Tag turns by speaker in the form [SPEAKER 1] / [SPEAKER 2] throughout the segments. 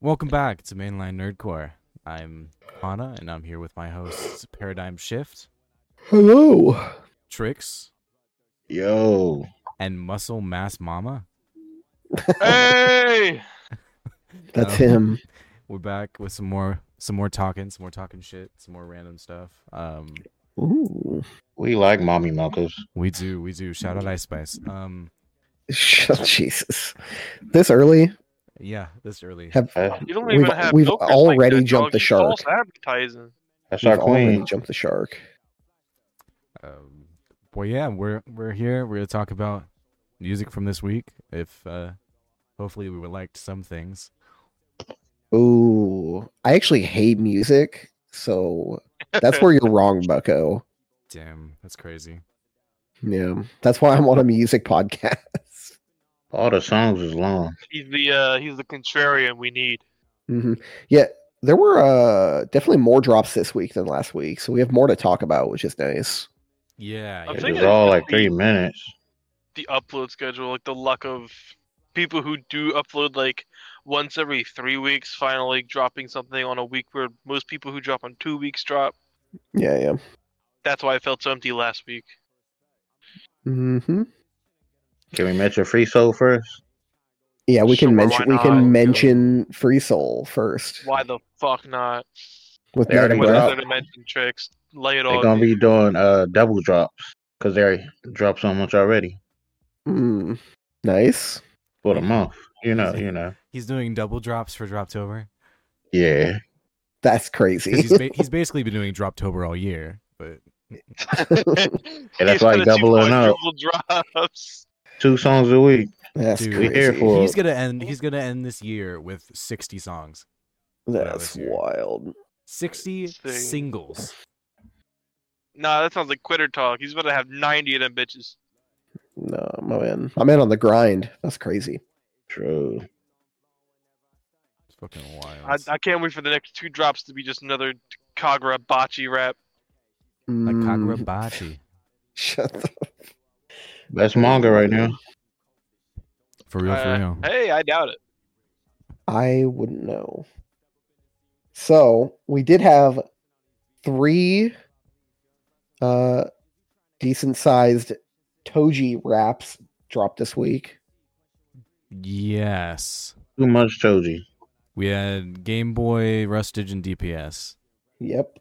[SPEAKER 1] Welcome back to Mainline Nerdcore. I'm Anna, and I'm here with my hosts Paradigm Shift,
[SPEAKER 2] Hello.
[SPEAKER 1] Tricks,
[SPEAKER 3] Yo.
[SPEAKER 1] and Muscle Mass Mama.
[SPEAKER 4] hey!
[SPEAKER 2] That's
[SPEAKER 1] Um,
[SPEAKER 2] him.
[SPEAKER 1] We're back with some more, some more talking, some more talking shit, some more random stuff. Um,
[SPEAKER 2] Ooh. Oh,
[SPEAKER 3] We like mommy milkers.
[SPEAKER 1] we do, we do. Shout out Ice Spice. Um,
[SPEAKER 2] Shut Jesus. This early?
[SPEAKER 1] yeah, this early.
[SPEAKER 2] Have
[SPEAKER 3] That's,
[SPEAKER 4] You don't
[SPEAKER 2] We've-
[SPEAKER 4] even have.
[SPEAKER 2] we've
[SPEAKER 4] milkers
[SPEAKER 2] already
[SPEAKER 4] like that,
[SPEAKER 2] jumped
[SPEAKER 4] dog.
[SPEAKER 2] the
[SPEAKER 4] It's
[SPEAKER 2] shark.
[SPEAKER 4] False advertising.
[SPEAKER 3] that's
[SPEAKER 2] we've
[SPEAKER 3] our
[SPEAKER 2] already
[SPEAKER 3] queen.
[SPEAKER 2] jumped the shark?
[SPEAKER 1] Um, well, yeah, we're we're here. We're gonna talk about music from this week. If uh, hopefully we liked some things.
[SPEAKER 2] Ooh. I actually hate music, so that's where you're wrong, Bucko.
[SPEAKER 1] Damn, that's crazy.
[SPEAKER 2] Yeah. That's why I'm on a music podcast.
[SPEAKER 3] All the songs is long.
[SPEAKER 4] he's the uh, he's the contrarian we need.
[SPEAKER 2] hmm Yeah. There were uh, definitely more drops this week than last week, so we have more to talk about, which is nice.
[SPEAKER 1] Yeah,
[SPEAKER 4] I'm
[SPEAKER 1] yeah.
[SPEAKER 3] It
[SPEAKER 4] thinking
[SPEAKER 3] was all
[SPEAKER 4] it's
[SPEAKER 3] like
[SPEAKER 4] gonna be-
[SPEAKER 3] three minutes.
[SPEAKER 4] The upload schedule, like the luck of people who do upload like once every three weeks, finally dropping something on a week where most people who drop on two weeks drop.
[SPEAKER 2] Yeah, yeah.
[SPEAKER 4] That's why I felt so empty last week.
[SPEAKER 2] hmm
[SPEAKER 3] Can we mention Free Soul first?
[SPEAKER 2] Yeah, we can
[SPEAKER 4] Sure, why
[SPEAKER 2] mention we
[SPEAKER 4] not? Yeah.
[SPEAKER 2] can mention Free Soul first.
[SPEAKER 4] Why the fuck not?
[SPEAKER 2] With
[SPEAKER 3] They already
[SPEAKER 2] Madame
[SPEAKER 3] went
[SPEAKER 2] Web.
[SPEAKER 3] out.
[SPEAKER 4] Another dimension tricks. Lay it
[SPEAKER 3] They're
[SPEAKER 4] all.
[SPEAKER 3] gonna be doing uh double drops because they dropped so much already
[SPEAKER 2] Mm, nice.
[SPEAKER 3] for the month. You know, you know.
[SPEAKER 1] he's doing double drops for Droptober.
[SPEAKER 3] Yeah.
[SPEAKER 2] That's
[SPEAKER 1] 'Cause
[SPEAKER 2] crazy.
[SPEAKER 1] He's ba- he's basically been doing Droptober all year, but
[SPEAKER 3] And that's like doubling up.
[SPEAKER 4] Double drops.
[SPEAKER 3] Two songs a week.
[SPEAKER 2] That's
[SPEAKER 1] Dude,
[SPEAKER 3] We here
[SPEAKER 2] crazy.
[SPEAKER 3] for-
[SPEAKER 1] he's gonna end. He's gonna end this year with sixty songs,
[SPEAKER 2] That's
[SPEAKER 1] this year.
[SPEAKER 2] wild.
[SPEAKER 1] sixty
[SPEAKER 4] Sing.
[SPEAKER 1] singles.
[SPEAKER 4] Nah, that sounds like quitter talk. He's about to have ninety of them bitches.
[SPEAKER 2] No, I'm in. I'm in on the grind. That's crazy.
[SPEAKER 3] True.
[SPEAKER 1] It's fucking wild.
[SPEAKER 4] I, I can't wait for the next two drops to be just another Kagura bocce rap.
[SPEAKER 1] like
[SPEAKER 2] Mm,
[SPEAKER 1] Kagurabachi.
[SPEAKER 2] Shut the
[SPEAKER 3] That's manga right now.
[SPEAKER 1] For real, for
[SPEAKER 4] Uh,
[SPEAKER 1] real.
[SPEAKER 4] Hey, I doubt it.
[SPEAKER 2] I wouldn't know. So we did have three uh decent sized Toji wraps dropped this week.
[SPEAKER 1] Yes.
[SPEAKER 3] Too much Toji.
[SPEAKER 1] We had Game Boy, Rustage, and DPS.
[SPEAKER 2] Yep.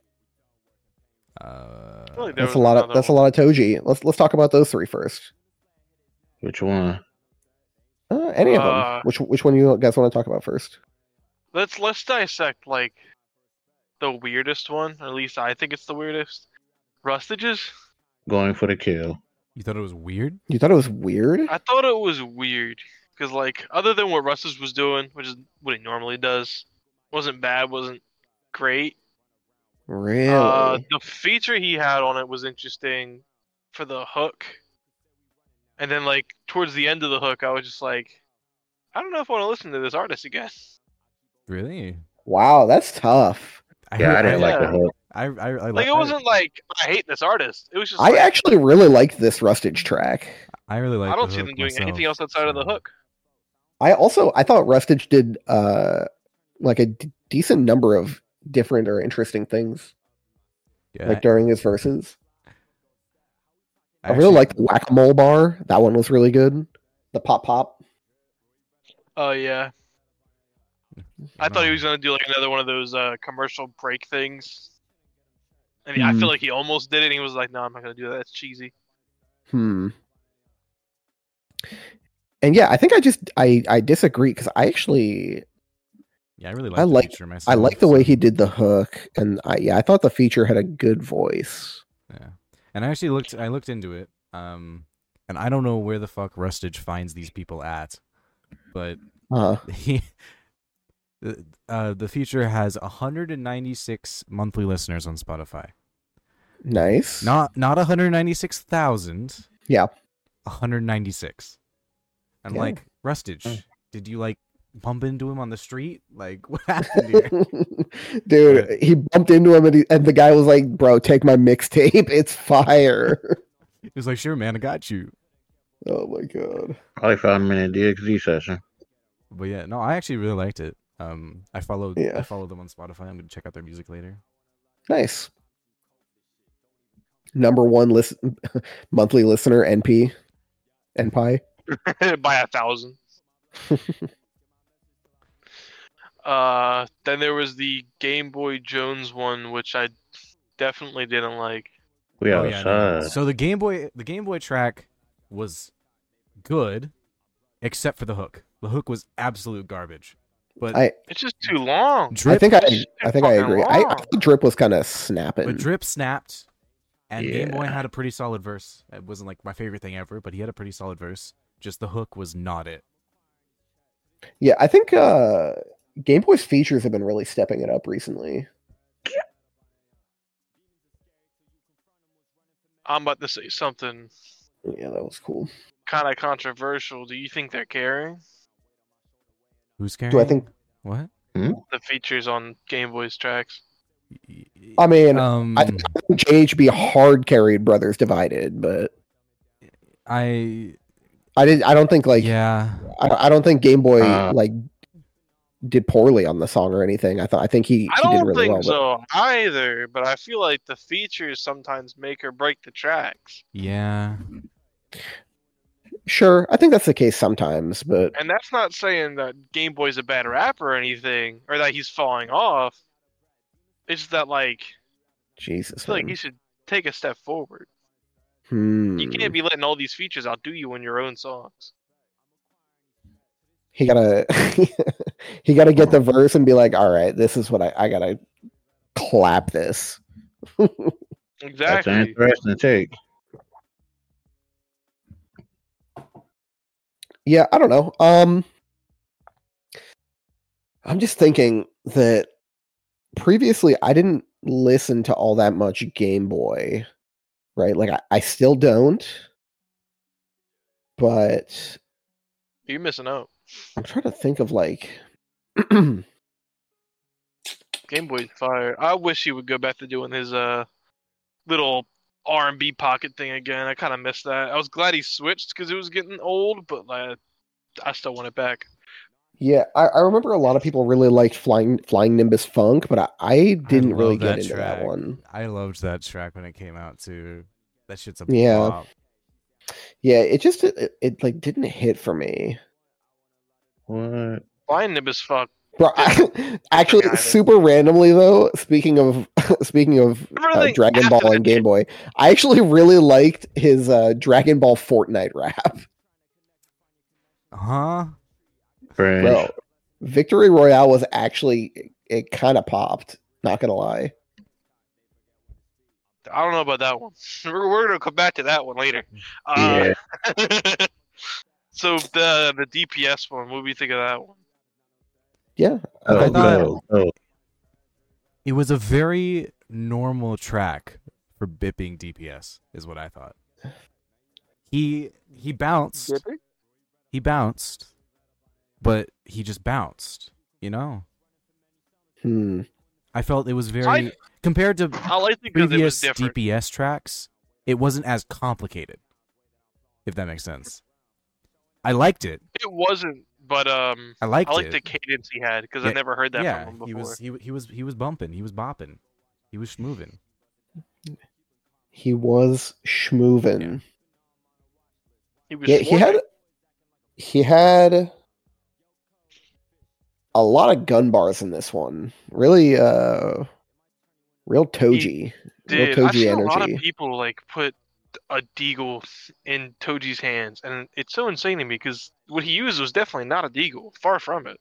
[SPEAKER 1] Uh,
[SPEAKER 4] Really, there
[SPEAKER 2] That's
[SPEAKER 4] was
[SPEAKER 2] a lot of
[SPEAKER 4] another
[SPEAKER 2] that's a
[SPEAKER 4] one.
[SPEAKER 2] lot of Toji. Let's let's talk about those three first.
[SPEAKER 3] Which one?
[SPEAKER 2] Uh, any of them.
[SPEAKER 4] Uh,
[SPEAKER 2] Which which one you guys want to talk about first?
[SPEAKER 4] Let's let's dissect like the weirdest one, or at least I think it's the weirdest. Rustages?
[SPEAKER 3] Going for the kill.
[SPEAKER 1] you thought it was weird?
[SPEAKER 2] You thought it was weird?
[SPEAKER 4] I thought it was weird because like other than what Rustage was doing, which is what he normally does, wasn't bad, wasn't great.
[SPEAKER 2] Really?
[SPEAKER 4] Uh, the feature he had on it was interesting for the hook. And then like towards the end of the hook, I was just like, I don't know if I want to listen to this artist again.
[SPEAKER 1] Really?
[SPEAKER 2] wow, that's tough.
[SPEAKER 1] I
[SPEAKER 3] Yeah, I
[SPEAKER 1] heard-
[SPEAKER 3] didn't like the
[SPEAKER 4] yeah.
[SPEAKER 3] hook.
[SPEAKER 1] I, I, I,
[SPEAKER 4] Like
[SPEAKER 1] I-
[SPEAKER 4] it wasn't like I hate this artist. It was just
[SPEAKER 2] I
[SPEAKER 4] like,
[SPEAKER 2] actually really liked this Rustage track.
[SPEAKER 1] I really like.
[SPEAKER 4] I don't see them doing anything else outside of the hook.
[SPEAKER 2] I also I thought Rustage did uh like a d- decent number of different or interesting things
[SPEAKER 1] Yeah,
[SPEAKER 2] like during his verses. I, really
[SPEAKER 1] actually-
[SPEAKER 2] liked the Whack a Mole bar. That one was really good. The pop pop.
[SPEAKER 4] Oh yeah, I thought he was gonna do like another one of those uh, commercial break things. I mean, I
[SPEAKER 2] Mm-hmm.
[SPEAKER 4] feel like he almost did it. and He was like, "No, I'm not gonna do that. That's cheesy."
[SPEAKER 2] Hmm. And yeah, I think I just I I disagree because I actually
[SPEAKER 1] Yeah, I really like.
[SPEAKER 2] I like-
[SPEAKER 1] feature myself.
[SPEAKER 2] I like the way
[SPEAKER 1] so-
[SPEAKER 2] he did the hook, and I yeah I thought the feature had a good voice.
[SPEAKER 1] Yeah. And I actually looked I looked into it. Um and I don't know where the fuck Rustage finds these people at, but
[SPEAKER 2] Uh,
[SPEAKER 1] he the- uh the feature has 196 monthly listeners on Spotify.
[SPEAKER 2] nice.
[SPEAKER 1] Not not 196,000.
[SPEAKER 2] Yeah.
[SPEAKER 1] 196. I'm
[SPEAKER 2] Yeah.
[SPEAKER 1] like,
[SPEAKER 3] Mm.
[SPEAKER 1] Rustage, did you like bump into him on the street? Like what happened here?
[SPEAKER 2] Dude, he bumped into him and, he, and the guy was like, "Bro, take my mixtape. It's fire."
[SPEAKER 1] he was like, "Sure, man, I got you."
[SPEAKER 2] oh my god.
[SPEAKER 3] Probably five minute DXD session.
[SPEAKER 1] But yeah, no, I actually really liked it. Um, I followed I
[SPEAKER 2] Yeah.
[SPEAKER 1] follow them on Spotify. I'm gonna check out their music later.
[SPEAKER 2] Nice. Number one listen monthly listener NP NPI.
[SPEAKER 4] by a thousand. uh, then there was the Game Boy Jones one, which I definitely didn't like.
[SPEAKER 3] We
[SPEAKER 1] Oh, yeah, I know.
[SPEAKER 3] outside.
[SPEAKER 1] So the Game Boy the Game Boy track was good, except for the hook. The hook was absolute garbage. But
[SPEAKER 2] I
[SPEAKER 4] It's just too long.
[SPEAKER 1] drip,
[SPEAKER 2] I think I
[SPEAKER 4] It's
[SPEAKER 2] I think I
[SPEAKER 4] fucking
[SPEAKER 2] agree. I, I
[SPEAKER 4] long.
[SPEAKER 2] think drip was kind of snapping.
[SPEAKER 1] but drip snapped, and Game Boy
[SPEAKER 3] Yeah.
[SPEAKER 1] had a pretty solid verse. It wasn't like my favorite thing ever, but he had a pretty solid verse. Just the hook was not it.
[SPEAKER 2] yeah, I think uh Game Boy's features have been really stepping it up recently.
[SPEAKER 4] I'm about to say something
[SPEAKER 2] Yeah, that was cool.
[SPEAKER 4] kind of controversial. Do you think they're caring?
[SPEAKER 1] Who's carrying?
[SPEAKER 2] Do I think
[SPEAKER 1] what?
[SPEAKER 4] The features on Game Boy's tracks.
[SPEAKER 2] I mean
[SPEAKER 1] um,
[SPEAKER 2] I think JHB hard carried Brothers Divided, but
[SPEAKER 1] I
[SPEAKER 2] I did I don't think like
[SPEAKER 1] yeah.
[SPEAKER 2] I, I don't think Game Boy
[SPEAKER 3] Uh.
[SPEAKER 2] like did poorly on the song or anything. I thought I think he,
[SPEAKER 4] I
[SPEAKER 2] he did
[SPEAKER 4] don't
[SPEAKER 2] really
[SPEAKER 4] think
[SPEAKER 2] well. but-
[SPEAKER 4] so either, but I feel like the features sometimes make or break the tracks.
[SPEAKER 1] Yeah.
[SPEAKER 2] Sure, I think that's the case sometimes, but
[SPEAKER 4] And that's not saying that Game Boy's a bad rapper or anything, or that he's falling off. It's just that, like, I
[SPEAKER 2] Jesus,
[SPEAKER 4] feel like
[SPEAKER 2] man.
[SPEAKER 4] you should take a step forward.
[SPEAKER 2] Hmm.
[SPEAKER 4] You can't be letting all these features outdo you in your own songs.
[SPEAKER 2] he gotta he gotta get the verse and be like, all right, this is what I I gotta clap this.
[SPEAKER 3] That's an
[SPEAKER 4] Exactly.
[SPEAKER 3] interesting take.
[SPEAKER 2] Yeah, I don't know. Um, I'm just thinking that previously I didn't listen to all that much Game Boy, right? Like I, I still don't, but
[SPEAKER 4] You're missing out.
[SPEAKER 2] I'm trying to think of like
[SPEAKER 4] Game Boy's fire. I wish he would go back to doing his uh little R and B pocket thing again. I kind of missed that. I was glad he switched because it was getting old, but like, I still want it back.
[SPEAKER 2] yeah, I, I remember a lot of people really liked flying flying Nimbus Funk, but I, I didn't
[SPEAKER 1] love
[SPEAKER 2] really get
[SPEAKER 1] that
[SPEAKER 2] into
[SPEAKER 1] track.
[SPEAKER 2] that one.
[SPEAKER 1] I loved that track when it came out too. That shit's a
[SPEAKER 2] Yeah.
[SPEAKER 1] bop.
[SPEAKER 2] Yeah, it just it, it like didn't hit for me.
[SPEAKER 3] What?
[SPEAKER 4] Blind Nimbus fuck.
[SPEAKER 2] Bro, I, actually,
[SPEAKER 4] either.
[SPEAKER 2] super randomly though. Speaking of speaking of
[SPEAKER 4] Remember
[SPEAKER 2] uh,
[SPEAKER 4] the-
[SPEAKER 2] Dragon
[SPEAKER 4] after
[SPEAKER 2] Ball
[SPEAKER 4] that
[SPEAKER 2] and Game Boy, I actually really liked his uh, Dragon Ball Fortnite rap,
[SPEAKER 1] Huh?
[SPEAKER 3] Fringe.
[SPEAKER 2] bro. Victory Royale was actually it, kind of popped. Not gonna lie.
[SPEAKER 4] I don't know about that one. We're, we're gonna come back to that one later. Uh,
[SPEAKER 3] yeah.
[SPEAKER 4] so the the DPS one. What do you think of that one?
[SPEAKER 2] Yeah,
[SPEAKER 3] Oh,
[SPEAKER 1] I thought-
[SPEAKER 3] go, go.
[SPEAKER 1] It was a very normal track for bipping DPS, is what I thought. He he bounced. He bounced, but he just bounced. You know,
[SPEAKER 2] hmm.
[SPEAKER 1] I felt it was very compared to
[SPEAKER 4] I liked it because it was
[SPEAKER 1] previous
[SPEAKER 4] different.
[SPEAKER 1] DPS tracks. It wasn't as complicated, if that makes sense. I liked it.
[SPEAKER 4] It wasn't, but um,
[SPEAKER 1] I liked
[SPEAKER 4] I liked
[SPEAKER 1] it.
[SPEAKER 4] the cadence he had because
[SPEAKER 1] Yeah,
[SPEAKER 4] I never heard that
[SPEAKER 1] yeah,
[SPEAKER 4] from him
[SPEAKER 1] he
[SPEAKER 4] before.
[SPEAKER 1] was he, wa- he was he was bumping, he was bopping, he was moving.
[SPEAKER 2] he was schmoovin'.
[SPEAKER 1] Yeah.
[SPEAKER 4] He was
[SPEAKER 2] Yeah, he had
[SPEAKER 4] swerving.
[SPEAKER 2] he had a lot of gun bars in this one. Really uh real toji. Real
[SPEAKER 4] Dude, I've
[SPEAKER 2] toji
[SPEAKER 4] seen a lot
[SPEAKER 2] energy.
[SPEAKER 4] of people like put a deagle in Toji's hands, and it's so insane to me because what he used was definitely not a deagle, far from it.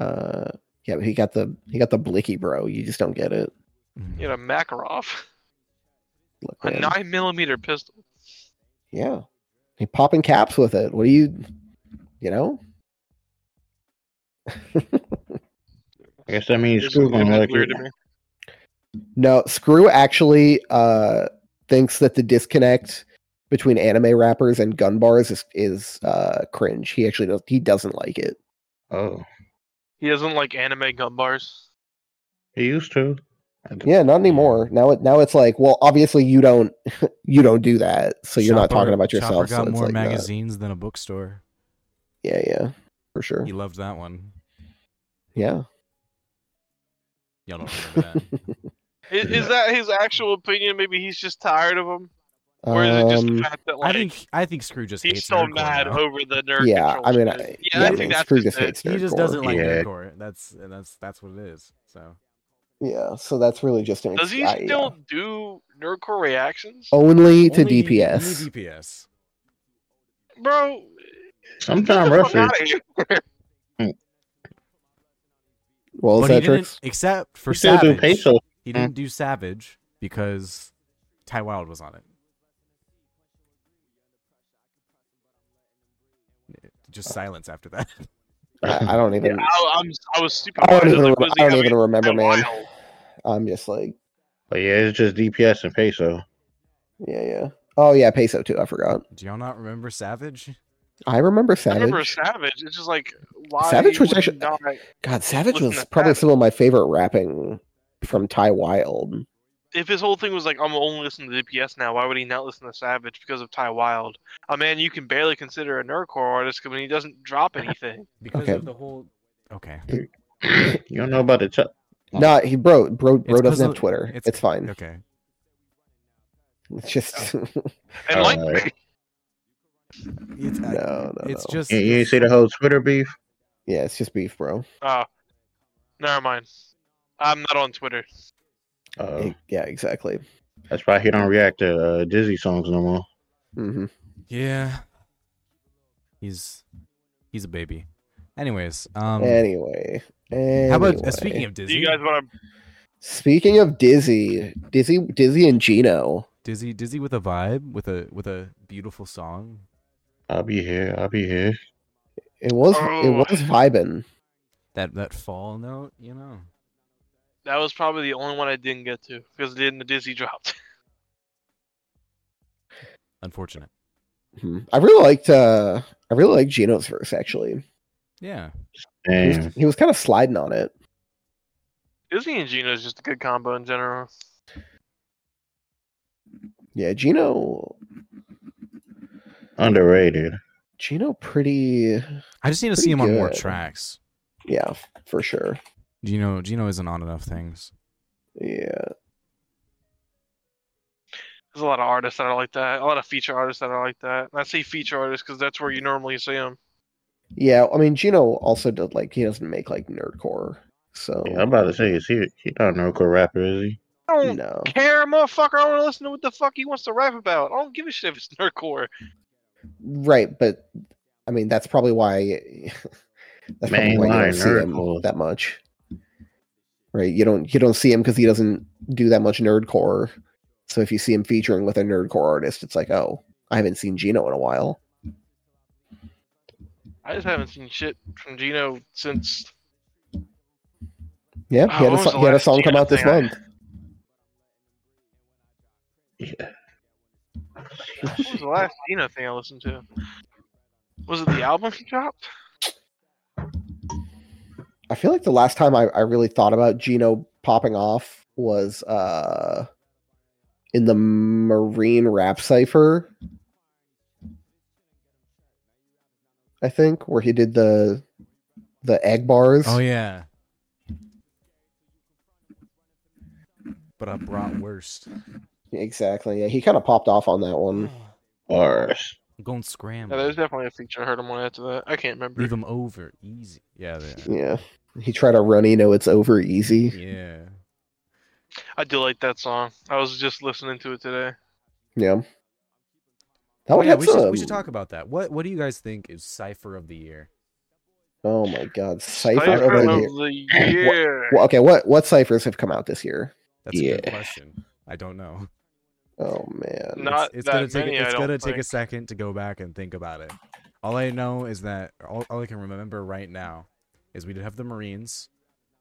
[SPEAKER 2] Uh yeah, but he got the he got the blicky bro. You just don't get it.
[SPEAKER 4] He had a Makarov,
[SPEAKER 2] Look,
[SPEAKER 4] a
[SPEAKER 2] man.
[SPEAKER 4] nine millimeter pistol.
[SPEAKER 2] yeah. He popping caps with it. What do you you know?
[SPEAKER 3] I guess that means
[SPEAKER 4] It's-
[SPEAKER 3] screw
[SPEAKER 4] it's
[SPEAKER 3] gonna like
[SPEAKER 4] weird
[SPEAKER 3] it.
[SPEAKER 4] to me.
[SPEAKER 2] No, Screw actually uh thinks that the disconnect between anime rappers and gun bars is is uh cringe. He actually does he doesn't like it.
[SPEAKER 3] Oh,
[SPEAKER 4] He doesn't like anime gun bars.
[SPEAKER 3] he used to.
[SPEAKER 2] Yeah, not anymore. Now it now it's like, well, obviously you don't you don't do that, so you're not
[SPEAKER 1] Chopper-
[SPEAKER 2] talking about yourself.
[SPEAKER 1] Chopper
[SPEAKER 2] so
[SPEAKER 1] got
[SPEAKER 2] it's
[SPEAKER 1] more
[SPEAKER 2] like, uh, nah.
[SPEAKER 1] magazines than a bookstore.
[SPEAKER 2] Yeah, yeah, for sure.
[SPEAKER 1] He loved that one.
[SPEAKER 2] Yeah.
[SPEAKER 1] Y'all don't remember that.
[SPEAKER 4] Is, is
[SPEAKER 3] Yeah.
[SPEAKER 4] that his actual opinion? Maybe he's just tired of him, or is it just
[SPEAKER 2] Um,
[SPEAKER 4] the fact that
[SPEAKER 1] I
[SPEAKER 4] like
[SPEAKER 1] think I think Screw just
[SPEAKER 4] he's
[SPEAKER 1] hates
[SPEAKER 4] so
[SPEAKER 1] nerdcore
[SPEAKER 4] mad
[SPEAKER 1] now.
[SPEAKER 4] over the nerd?
[SPEAKER 2] yeah,
[SPEAKER 4] control
[SPEAKER 2] I mean,
[SPEAKER 4] shit.
[SPEAKER 2] I,
[SPEAKER 4] yeah, I
[SPEAKER 2] I
[SPEAKER 4] think
[SPEAKER 2] mean,
[SPEAKER 4] that's
[SPEAKER 2] Screw
[SPEAKER 4] just
[SPEAKER 2] just
[SPEAKER 4] it.
[SPEAKER 2] hates
[SPEAKER 1] He just
[SPEAKER 2] nerdcore.
[SPEAKER 1] doesn't like
[SPEAKER 3] Yeah.
[SPEAKER 1] nerdcore. That's and that's that's what it is. So
[SPEAKER 2] Yeah, so that's really just an
[SPEAKER 4] Does he
[SPEAKER 2] I- uh, Oh. yeah.
[SPEAKER 4] still do nerdcore reactions,
[SPEAKER 2] only to
[SPEAKER 1] Only-
[SPEAKER 2] DPS.
[SPEAKER 1] only DPS.
[SPEAKER 4] bro?
[SPEAKER 3] Sometimes
[SPEAKER 4] Fuck
[SPEAKER 3] Russell.
[SPEAKER 4] outta here.
[SPEAKER 2] Well, is
[SPEAKER 1] but he
[SPEAKER 2] that
[SPEAKER 1] didn't,
[SPEAKER 2] tricks?
[SPEAKER 1] except for
[SPEAKER 3] You still do
[SPEAKER 1] Savage.
[SPEAKER 3] peso.
[SPEAKER 1] He
[SPEAKER 2] Mm.
[SPEAKER 1] didn't do Savage because Ty Wild was on it. Just
[SPEAKER 2] Uh.
[SPEAKER 1] silence after that.
[SPEAKER 2] I, I don't even.
[SPEAKER 4] I, I'm, I was stupid.
[SPEAKER 2] I don't
[SPEAKER 4] Like,
[SPEAKER 2] even. Rem-
[SPEAKER 4] was
[SPEAKER 2] I
[SPEAKER 4] he-
[SPEAKER 2] don't even
[SPEAKER 4] mean,
[SPEAKER 2] remember,
[SPEAKER 4] that
[SPEAKER 2] man.
[SPEAKER 4] wild?
[SPEAKER 2] I'm just like,
[SPEAKER 3] But yeah, it's just DPS and peso.
[SPEAKER 2] yeah, yeah. Oh yeah, peso too. I forgot.
[SPEAKER 1] Do y'all not remember Savage?
[SPEAKER 2] I remember
[SPEAKER 4] I
[SPEAKER 2] Savage.
[SPEAKER 4] remember Savage. It's just like why
[SPEAKER 2] Savage was
[SPEAKER 4] would
[SPEAKER 2] actually-
[SPEAKER 4] you not-
[SPEAKER 2] God, Savage
[SPEAKER 4] Listen
[SPEAKER 2] was
[SPEAKER 4] to
[SPEAKER 2] probably
[SPEAKER 4] Savage.
[SPEAKER 2] some of my favorite rapping from Ty Wild.
[SPEAKER 4] if his whole thing was like I'm only listening to DPS now, why would he not listen to Savage because of Ty Wild? A man you can barely consider a nerdcore artist when he doesn't drop anything.
[SPEAKER 1] Because
[SPEAKER 2] Okay.
[SPEAKER 1] of the whole. Okay.
[SPEAKER 3] you don't know about the t-
[SPEAKER 2] No, he bro, bro, bro
[SPEAKER 1] 'cause
[SPEAKER 2] doesn't
[SPEAKER 1] of-
[SPEAKER 2] have Twitter.
[SPEAKER 1] Oh. it's-
[SPEAKER 2] It's, fine.
[SPEAKER 1] Okay. Oh.
[SPEAKER 2] It's just
[SPEAKER 4] And like,
[SPEAKER 3] Alright.
[SPEAKER 1] It's, I-
[SPEAKER 2] No, no,
[SPEAKER 1] it's
[SPEAKER 2] no.
[SPEAKER 1] just.
[SPEAKER 3] You, you ain't see the whole Twitter beef?
[SPEAKER 2] yeah, it's just beef, bro.
[SPEAKER 4] oh, never mind. I'm not on Twitter.
[SPEAKER 1] Oh.
[SPEAKER 3] Uh,
[SPEAKER 2] It- yeah, exactly.
[SPEAKER 3] that's why he don't react to uh, Dizzy songs no more.
[SPEAKER 2] hmm
[SPEAKER 1] Yeah. He's he's a baby. Anyways, um
[SPEAKER 2] anyway, anyway,
[SPEAKER 1] how about uh, speaking of
[SPEAKER 4] Do
[SPEAKER 1] Dizzy?
[SPEAKER 4] you guys want to?
[SPEAKER 2] Speaking of Dizzy, Dizzy, Dizzy, and Gino.
[SPEAKER 1] Dizzy Dizzy with a vibe, with a with a beautiful song.
[SPEAKER 3] I'll be here. I'll be here.
[SPEAKER 2] It was it
[SPEAKER 4] Oh.
[SPEAKER 2] was vibing.
[SPEAKER 1] That that fall note, you know.
[SPEAKER 4] That was probably the only one I didn't get to because then the Dizzy dropped.
[SPEAKER 1] Unfortunate.
[SPEAKER 2] Mhm. I really liked uh I really liked Gino's verse actually.
[SPEAKER 1] Yeah.
[SPEAKER 2] He was-
[SPEAKER 3] Damn.
[SPEAKER 2] he was kind of sliding on it.
[SPEAKER 4] Dizzy and Gino is just a good combo in general.
[SPEAKER 2] Yeah, Gino
[SPEAKER 3] Underrated.
[SPEAKER 2] Gino pretty
[SPEAKER 1] I just need to see
[SPEAKER 2] Pretty
[SPEAKER 1] him on more
[SPEAKER 2] good.
[SPEAKER 1] tracks.
[SPEAKER 2] yeah, f- for sure.
[SPEAKER 1] Gino Gino isn't on enough things.
[SPEAKER 2] Yeah.
[SPEAKER 4] There's a lot of artists that are like that. A lot of feature artists that are like that. And I say feature artists because that's where you normally see them.
[SPEAKER 2] Yeah, I mean Gino also did like he doesn't make like nerdcore. So
[SPEAKER 3] Yeah, I'm about to say, is he, he not a nerdcore rapper, is he?
[SPEAKER 4] I don't
[SPEAKER 2] no.
[SPEAKER 4] care, motherfucker. I want to listen to what the fuck he wants to rap about. I don't give a shit if it's nerdcore.
[SPEAKER 2] Right, but I mean that's probably why that's probably why you
[SPEAKER 3] Mainline
[SPEAKER 2] don't see him
[SPEAKER 3] nerdcore.
[SPEAKER 2] that much. Right? You don't you don't see him because he doesn't do that much nerdcore. So if you see him featuring with a nerdcore artist, it's like, oh, I haven't seen Gino in a while.
[SPEAKER 4] I just haven't seen shit from Gino since.
[SPEAKER 2] Yeah,
[SPEAKER 4] Oh,
[SPEAKER 2] he had
[SPEAKER 4] what
[SPEAKER 2] a,
[SPEAKER 4] was
[SPEAKER 2] so-
[SPEAKER 4] the
[SPEAKER 2] he had a
[SPEAKER 4] last
[SPEAKER 2] song come
[SPEAKER 4] Gino
[SPEAKER 2] out this
[SPEAKER 4] thing I-
[SPEAKER 2] month.
[SPEAKER 3] Yeah.
[SPEAKER 4] What was the last Gino thing I listened to? Was it the album he dropped?
[SPEAKER 2] I feel like the last time I, I really thought about Gino popping off was uh in the Marine Rap Cipher. I think where he did the the egg bars.
[SPEAKER 1] Oh yeah. But I brought worst.
[SPEAKER 2] Exactly. Yeah, he kind of popped off on that one.
[SPEAKER 1] Oh.
[SPEAKER 3] Bars.
[SPEAKER 1] Going
[SPEAKER 4] Yeah, there was
[SPEAKER 1] scramble.
[SPEAKER 4] definitely a feature I heard him on after that. I can't remember.
[SPEAKER 1] Leave him over easy. Yeah, they-
[SPEAKER 2] Yeah. He tried to run, you know, it's over easy.
[SPEAKER 1] yeah.
[SPEAKER 4] I do like that song. I was just listening to it today.
[SPEAKER 2] Yeah. That
[SPEAKER 1] Oh,
[SPEAKER 2] one
[SPEAKER 1] yeah,
[SPEAKER 2] had
[SPEAKER 1] we should,
[SPEAKER 2] some-
[SPEAKER 1] we should talk about that. What what do you guys think is cipher of the year?
[SPEAKER 2] Oh my god,
[SPEAKER 4] Cipher
[SPEAKER 2] Cypher over
[SPEAKER 4] of
[SPEAKER 2] here.
[SPEAKER 4] the year.
[SPEAKER 2] Well, okay, what what ciphers have come out this year?
[SPEAKER 1] That's a good
[SPEAKER 3] Yeah.
[SPEAKER 1] question. I don't know.
[SPEAKER 2] Oh man.
[SPEAKER 4] No. Not
[SPEAKER 1] it's it's
[SPEAKER 4] that
[SPEAKER 1] gonna take
[SPEAKER 4] many, I
[SPEAKER 1] it's
[SPEAKER 4] don't
[SPEAKER 1] gonna take a
[SPEAKER 4] think.
[SPEAKER 1] second to go back and think about it. All I know is that all, all I can remember right now is we did have the Marines.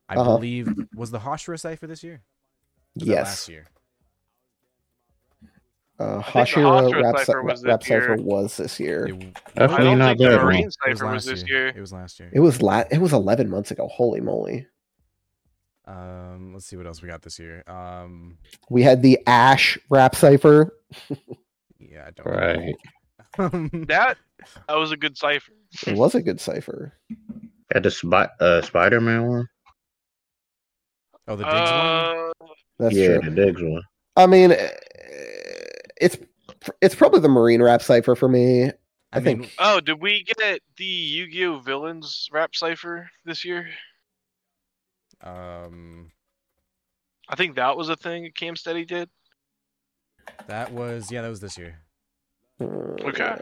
[SPEAKER 1] I
[SPEAKER 2] Uh-huh.
[SPEAKER 1] believe was the Hoshra cipher this year? Was that last
[SPEAKER 2] yes.
[SPEAKER 1] year.
[SPEAKER 2] Uh,
[SPEAKER 4] think the
[SPEAKER 2] Hashira
[SPEAKER 4] Hashira
[SPEAKER 2] rap,
[SPEAKER 4] Cypher
[SPEAKER 2] Cy-
[SPEAKER 4] was
[SPEAKER 2] rap
[SPEAKER 4] this year.
[SPEAKER 2] cipher was this year. It,
[SPEAKER 1] It,
[SPEAKER 4] I
[SPEAKER 3] Definitely
[SPEAKER 4] don't
[SPEAKER 3] not
[SPEAKER 4] think the
[SPEAKER 3] bad. bro.
[SPEAKER 4] Marine
[SPEAKER 1] it was
[SPEAKER 4] Cipher was
[SPEAKER 1] last
[SPEAKER 4] this
[SPEAKER 1] year.
[SPEAKER 4] year.
[SPEAKER 1] It was last year.
[SPEAKER 2] was la- it was 11 months ago. Holy moly.
[SPEAKER 1] Um, let's see what else we got this year. Um,
[SPEAKER 2] We had the Ash rap cipher.
[SPEAKER 1] yeah, I don't.
[SPEAKER 3] Right.
[SPEAKER 1] Know.
[SPEAKER 4] That that was a good cipher.
[SPEAKER 2] It was a good cipher.
[SPEAKER 3] Got the spot uh, Spider Man one.
[SPEAKER 1] Oh, the Diggs one.
[SPEAKER 4] Uh,
[SPEAKER 2] That's
[SPEAKER 3] yeah,
[SPEAKER 2] true.
[SPEAKER 3] the Diggs one.
[SPEAKER 2] I mean, eh, it's it's probably the Marine Rap Cipher for me. I,
[SPEAKER 1] I mean,
[SPEAKER 2] think
[SPEAKER 4] oh, did we get the Yu-Gi-Oh villains rap cipher this year?
[SPEAKER 1] Um,
[SPEAKER 4] I think that was a thing Cam Steady did.
[SPEAKER 1] that was yeah, that was this year.
[SPEAKER 4] okay.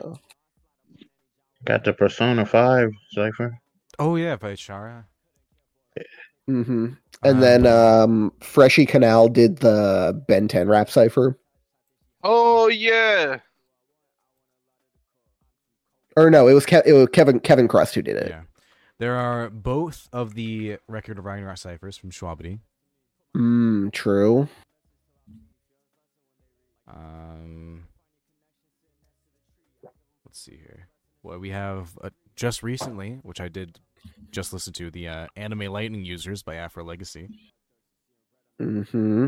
[SPEAKER 3] Got the Persona Five cipher.
[SPEAKER 1] Oh yeah, by Shara.
[SPEAKER 2] hmm
[SPEAKER 1] Uh,
[SPEAKER 2] And then um, Freshie Canal did the Ben 10 Rap Cipher.
[SPEAKER 4] Oh yeah,
[SPEAKER 2] Or no, it was, Ke- it was Kevin Kevin Crust who did it.
[SPEAKER 1] yeah, there are both of the record of Ragnarok ciphers from Schwabity.
[SPEAKER 2] Mm, true.
[SPEAKER 1] Um, let's see here. Well, we have uh, just recently, which I did just listen to, the uh, anime lightning users by Afro Legacy.
[SPEAKER 2] hmm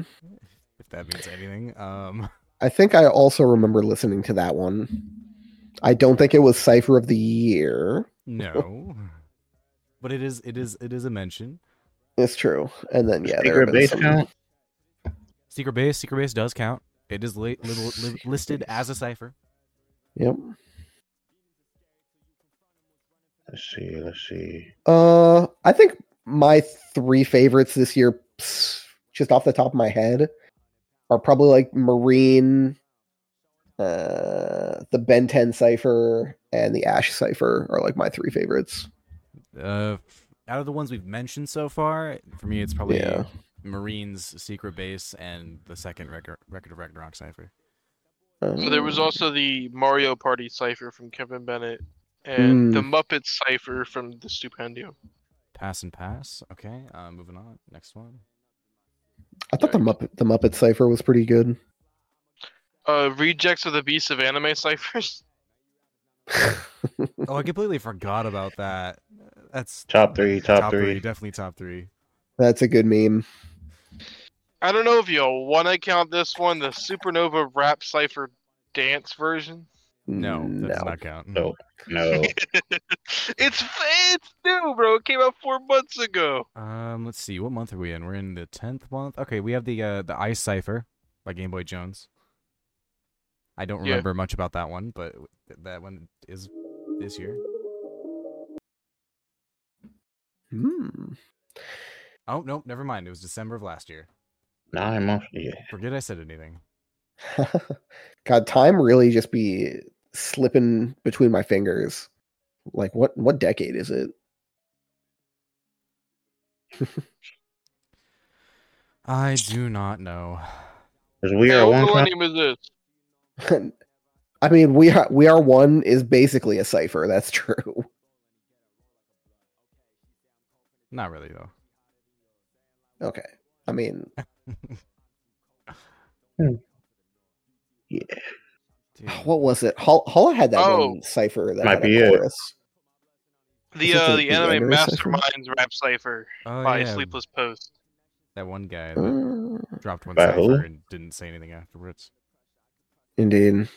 [SPEAKER 1] If that means anything. Um,
[SPEAKER 2] I think I also remember listening to that one. I don't think it was Cipher of the Year.
[SPEAKER 1] no, but it is it is it is a mention.
[SPEAKER 2] It's true. And then, yeah. there have
[SPEAKER 3] Secret
[SPEAKER 2] been
[SPEAKER 3] base
[SPEAKER 2] some-
[SPEAKER 3] count.
[SPEAKER 1] Secret base, secret base does count. It is li- li- li- listed as a cipher.
[SPEAKER 2] Yep.
[SPEAKER 3] Let's see. Let's see.
[SPEAKER 2] Uh, I think my three favorites this year, pss, just off the top of my head, are probably like Marine, uh, the Ben 10 Cipher, and the Ash Cipher are like my three favorites.
[SPEAKER 1] Uh, out of the ones we've mentioned so far, for me, it's probably
[SPEAKER 2] Yeah.
[SPEAKER 1] Marines, secret base, and the second record record of Ragnarok cipher.
[SPEAKER 4] so there was
[SPEAKER 2] Um,
[SPEAKER 4] also the Mario Party cipher from Kevin Bennett
[SPEAKER 3] Hmm.
[SPEAKER 4] and the
[SPEAKER 2] Mm.
[SPEAKER 4] Muppet cipher from the Stupendium.
[SPEAKER 1] Pass and pass. Okay, uh, moving on. Next one.
[SPEAKER 2] I thought the Muppet, the Muppet Cipher was pretty good.
[SPEAKER 4] Uh, rejects of the Beast of Anime ciphers.
[SPEAKER 1] Oh, I completely forgot about that. That's
[SPEAKER 3] Top three. Top, three.
[SPEAKER 1] Definitely top three.
[SPEAKER 2] That's a good meme.
[SPEAKER 4] I don't know if you want to count this one, the Supernova rap cipher dance version.
[SPEAKER 1] No, that does
[SPEAKER 2] no.
[SPEAKER 1] not count.
[SPEAKER 3] Mm, No. No.
[SPEAKER 4] it's it's new, bro. It came out four months ago.
[SPEAKER 1] Um, let's see. What month are we in? We're in the tenth month. Okay, we have the uh, the Ice Cipher by Game Boy Jones. I don't
[SPEAKER 4] Yeah.
[SPEAKER 1] remember much about that one, but w- th- that one is this year.
[SPEAKER 2] Hmm.
[SPEAKER 1] Oh nope, never mind. It was December of last year.
[SPEAKER 3] Nine months. Yeah.
[SPEAKER 1] Forget I said anything.
[SPEAKER 2] God, time really just be slipping between my fingers. Like what? What decade is it?
[SPEAKER 1] I do not know.
[SPEAKER 3] Because we
[SPEAKER 4] Hey,
[SPEAKER 3] are
[SPEAKER 4] what
[SPEAKER 3] one. Con-
[SPEAKER 4] millennium is this?
[SPEAKER 2] I mean, we are we are one is basically a cipher. That's true.
[SPEAKER 1] Not really though.
[SPEAKER 2] Okay. I mean,
[SPEAKER 1] Dude.
[SPEAKER 2] what was it? Hol- Holla had that
[SPEAKER 4] Oh.
[SPEAKER 2] one cipher that
[SPEAKER 3] Might
[SPEAKER 2] had a
[SPEAKER 3] be it.
[SPEAKER 2] chorus.
[SPEAKER 4] The
[SPEAKER 2] Is it
[SPEAKER 4] uh,
[SPEAKER 2] the-
[SPEAKER 4] the
[SPEAKER 2] the
[SPEAKER 4] anime
[SPEAKER 2] anime cipher?
[SPEAKER 4] masterminds rap cipher
[SPEAKER 1] Oh
[SPEAKER 4] by
[SPEAKER 1] yeah,
[SPEAKER 4] Sleepless Post.
[SPEAKER 1] that one guy that
[SPEAKER 2] Mm,
[SPEAKER 1] dropped one
[SPEAKER 3] By who?
[SPEAKER 1] cipher and didn't say anything afterwards.
[SPEAKER 2] Indeed,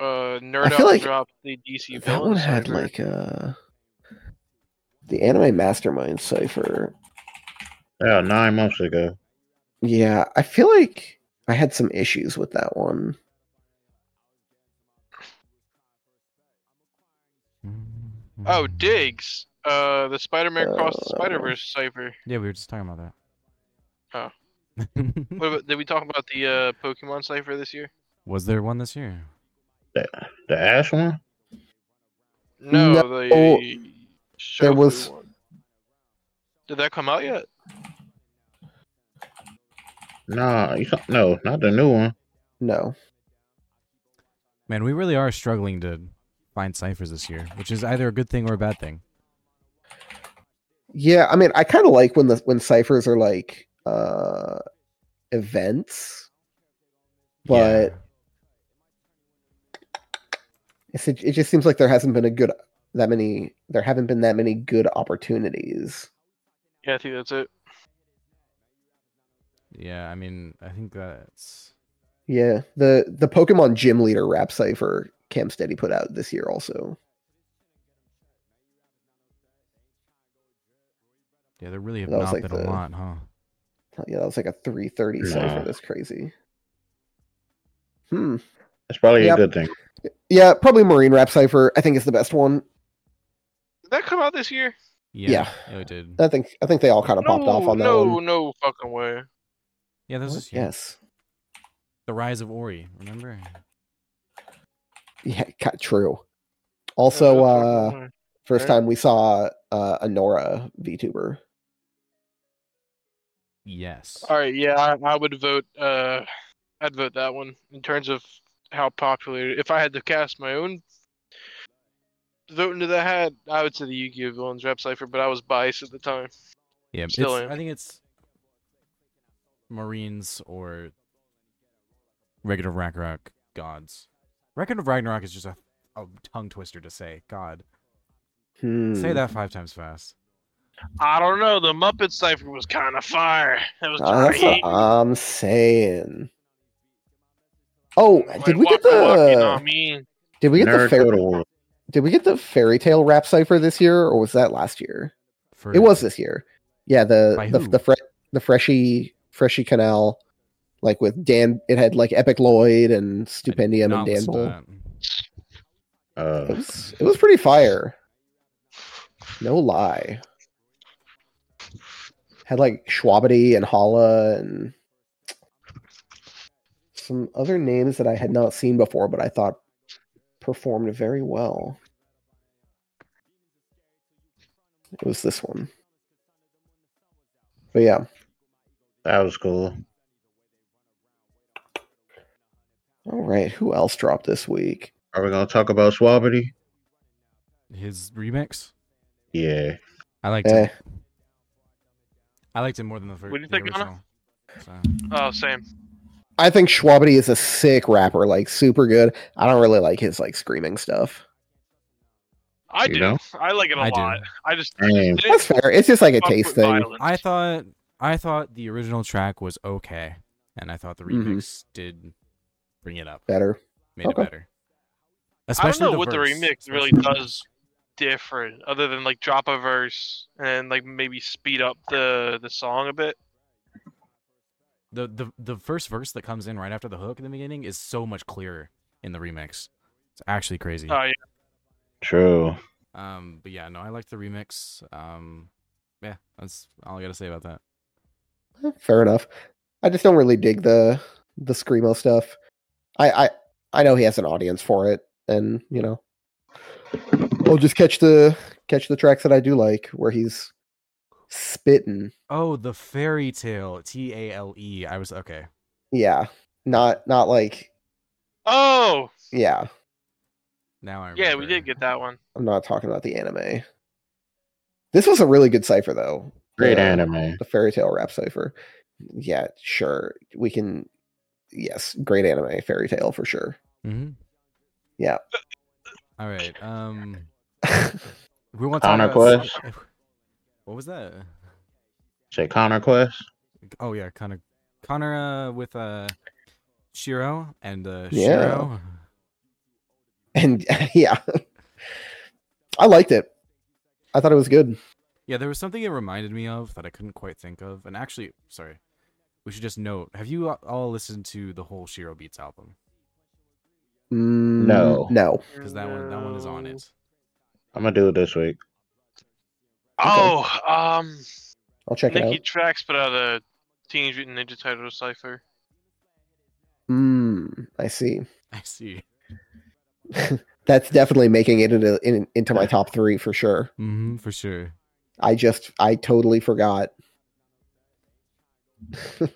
[SPEAKER 4] Uh, Nerd
[SPEAKER 2] feel
[SPEAKER 4] Out
[SPEAKER 2] like
[SPEAKER 4] dropped the DC
[SPEAKER 2] that one
[SPEAKER 4] villain
[SPEAKER 2] had
[SPEAKER 4] cipher.
[SPEAKER 2] like uh the anime mastermind cipher.
[SPEAKER 3] yeah, nine months ago.
[SPEAKER 2] Yeah, I feel like I had some issues with that one.
[SPEAKER 4] Oh, Diggs. Uh, the Spider-Man Cross the
[SPEAKER 2] Uh,
[SPEAKER 4] Spider-Verse cipher.
[SPEAKER 1] Yeah, we were just talking about that.
[SPEAKER 4] What about, did we talk about the uh, Pokemon cipher this year?
[SPEAKER 1] was there one this year?
[SPEAKER 3] The, the Ash one.
[SPEAKER 4] No,
[SPEAKER 2] No,
[SPEAKER 4] the Shofu
[SPEAKER 2] was-
[SPEAKER 4] one. Did that come out yet?
[SPEAKER 3] Nah. You, saw- no, not the new one.
[SPEAKER 2] No,
[SPEAKER 1] Man, we really are struggling to find ciphers this year, which is either a good thing or a bad thing.
[SPEAKER 2] yeah, I mean, I kind of like when the when ciphers are like uh events. But- It's, it, it just seems like there hasn't been a good that many there haven't been that many good opportunities.
[SPEAKER 4] Yeah, I think that's it.
[SPEAKER 1] yeah, yeah, I mean, I think that's
[SPEAKER 2] Yeah, the the Pokemon Gym Leader Rap Cipher Cam Steady put out this year also.
[SPEAKER 1] Yeah, there really have
[SPEAKER 2] That was
[SPEAKER 1] not
[SPEAKER 2] like
[SPEAKER 1] been a
[SPEAKER 2] the-
[SPEAKER 1] lot, huh?
[SPEAKER 2] Yeah, that was like a 330
[SPEAKER 3] Nah.
[SPEAKER 2] cipher. That's crazy. Hmm.
[SPEAKER 3] That's probably
[SPEAKER 2] Yep.
[SPEAKER 3] a good thing.
[SPEAKER 2] Yeah, probably Marine Rap Cipher. I think is the best one.
[SPEAKER 4] Did that come out this year?
[SPEAKER 1] Yeah, it did.
[SPEAKER 2] I think I think they all kind of popped
[SPEAKER 4] no,
[SPEAKER 2] off on that
[SPEAKER 4] no,
[SPEAKER 2] one.
[SPEAKER 4] no fucking way.
[SPEAKER 1] Yeah, this
[SPEAKER 2] What?
[SPEAKER 1] is
[SPEAKER 2] Yes.
[SPEAKER 1] the rise of Ori. Remember?
[SPEAKER 2] Yeah, ca- true. Also,
[SPEAKER 4] No
[SPEAKER 2] uh,
[SPEAKER 4] fucking way.
[SPEAKER 2] first
[SPEAKER 4] Right.
[SPEAKER 2] time we saw uh, a Nora VTuber.
[SPEAKER 1] Yes.
[SPEAKER 4] all right, yeah, I, I would vote. Uh, I'd vote that one in terms of how popular. If I had to cast my own vote into the hat, I would say the Yu-Gi-Oh villains rap cipher, but I was biased at the time.
[SPEAKER 1] Yeah, it's,
[SPEAKER 4] Still am.
[SPEAKER 1] I think it's Marines or Record of Ragnarok gods. Record of Ragnarok is just a, a tongue twister to say. God,
[SPEAKER 2] Hmm.
[SPEAKER 1] say that five times fast.
[SPEAKER 4] I don't know. The Muppet cipher was kind of fire. That was
[SPEAKER 2] Uh, that's
[SPEAKER 4] great.
[SPEAKER 2] what I'm saying. Oh, did we get
[SPEAKER 4] Like, waka waka, you know what I
[SPEAKER 2] the
[SPEAKER 4] mean?
[SPEAKER 2] did we get the
[SPEAKER 3] Nerd
[SPEAKER 2] fair,
[SPEAKER 3] Total War.
[SPEAKER 2] did we get the fairy tale rap cipher this year or was that last year?
[SPEAKER 1] For,
[SPEAKER 2] It was this year. Yeah, the
[SPEAKER 1] By
[SPEAKER 2] the
[SPEAKER 1] who?
[SPEAKER 2] the, fre- the Freshy Freshy Canal, like with Dan. It had like Epic Lloyd and
[SPEAKER 1] I did
[SPEAKER 2] Stupendium and
[SPEAKER 1] not
[SPEAKER 2] Dan
[SPEAKER 1] listen to
[SPEAKER 2] Bull.
[SPEAKER 1] that.
[SPEAKER 2] It
[SPEAKER 3] Uh,
[SPEAKER 2] was it was pretty fire. No lie. Had like Schwabity and Holla and some other names that I had not seen before, but I thought performed very well. It was this one. But yeah.
[SPEAKER 3] that was cool.
[SPEAKER 2] All right. Who else dropped this week?
[SPEAKER 3] Are we gonna talk about Suavity?
[SPEAKER 1] His remix.
[SPEAKER 3] Yeah.
[SPEAKER 1] I liked
[SPEAKER 2] Eh,
[SPEAKER 1] it. I liked it more than the first.
[SPEAKER 4] What do you
[SPEAKER 1] the
[SPEAKER 4] think,
[SPEAKER 1] original.
[SPEAKER 4] Anna?
[SPEAKER 1] So,
[SPEAKER 4] Oh, same.
[SPEAKER 2] I think Schwabity is a sick rapper, like super good. I don't really like his like screaming stuff.
[SPEAKER 4] I
[SPEAKER 3] You
[SPEAKER 4] do.
[SPEAKER 3] know?
[SPEAKER 4] I like it a
[SPEAKER 1] I do.
[SPEAKER 4] lot. I just
[SPEAKER 3] Damn.
[SPEAKER 4] it
[SPEAKER 2] That's
[SPEAKER 4] is
[SPEAKER 2] fair. It's just like a
[SPEAKER 4] fuck
[SPEAKER 2] taste
[SPEAKER 4] with
[SPEAKER 2] thing.
[SPEAKER 4] violence.
[SPEAKER 1] I thought I thought the original track was okay, and I thought the
[SPEAKER 2] Mhm.
[SPEAKER 1] remix did bring it up,
[SPEAKER 2] Better.
[SPEAKER 1] made
[SPEAKER 2] Okay.
[SPEAKER 1] it better. Especially
[SPEAKER 4] know
[SPEAKER 1] the
[SPEAKER 4] what the
[SPEAKER 1] verse,
[SPEAKER 4] remix
[SPEAKER 1] especially
[SPEAKER 4] really
[SPEAKER 1] the
[SPEAKER 4] does.
[SPEAKER 1] verse.
[SPEAKER 4] different other than like drop a verse and like maybe speed up the the song a bit
[SPEAKER 1] the the the first verse that comes in right after the hook in the beginning is so much clearer in the remix. It's actually crazy.
[SPEAKER 4] oh yeah
[SPEAKER 3] True.
[SPEAKER 1] Um, but yeah, no, I liked the remix. Um, yeah, that's all I gotta say about that.
[SPEAKER 2] Fair enough. I just don't really dig the the screamo stuff. I I I know he has an audience for it, and you know, I'll just catch the catch the tracks that I do like where he's spitting.
[SPEAKER 1] Oh, the fairy tale, T A L E. I was okay.
[SPEAKER 2] Yeah, not not like
[SPEAKER 4] oh
[SPEAKER 2] yeah.
[SPEAKER 1] Now I remember.
[SPEAKER 4] yeah we did get that one
[SPEAKER 2] I'm not talking about the anime. This was a really good cipher though.
[SPEAKER 3] Great
[SPEAKER 2] The-
[SPEAKER 3] anime.
[SPEAKER 2] the fairy tale rap cipher. Yeah, sure. We can. Yes, great anime fairy tale for sure.
[SPEAKER 1] Mm-hmm.
[SPEAKER 2] Yeah.
[SPEAKER 1] All right. Um,
[SPEAKER 2] I
[SPEAKER 1] we want to talk
[SPEAKER 3] Honor
[SPEAKER 1] about some- What was that?
[SPEAKER 3] Say Connor Quest.
[SPEAKER 1] Oh yeah, Connor, Connor uh, with uh, Shiro and uh,
[SPEAKER 2] Yeah.
[SPEAKER 1] Shiro.
[SPEAKER 2] and yeah, I liked it. I thought it was good.
[SPEAKER 1] Yeah, there was something it reminded me of that I couldn't quite think of. And actually, sorry, we should just note: Have you all listened to the whole Shiro Beats album?
[SPEAKER 2] Mm,
[SPEAKER 3] No.
[SPEAKER 2] no.
[SPEAKER 1] Because that one, that one is on it.
[SPEAKER 3] I'm gonna do it this week.
[SPEAKER 4] oh um
[SPEAKER 2] I'll check it
[SPEAKER 4] nikki
[SPEAKER 2] out.
[SPEAKER 4] Trax put out a teenage mutant ninja turtle cipher
[SPEAKER 2] Mm, I see.
[SPEAKER 1] I see.
[SPEAKER 2] That's definitely making it into in, into my top three for sure.
[SPEAKER 1] Mm-hmm, for sure.
[SPEAKER 2] I just I totally forgot.
[SPEAKER 4] it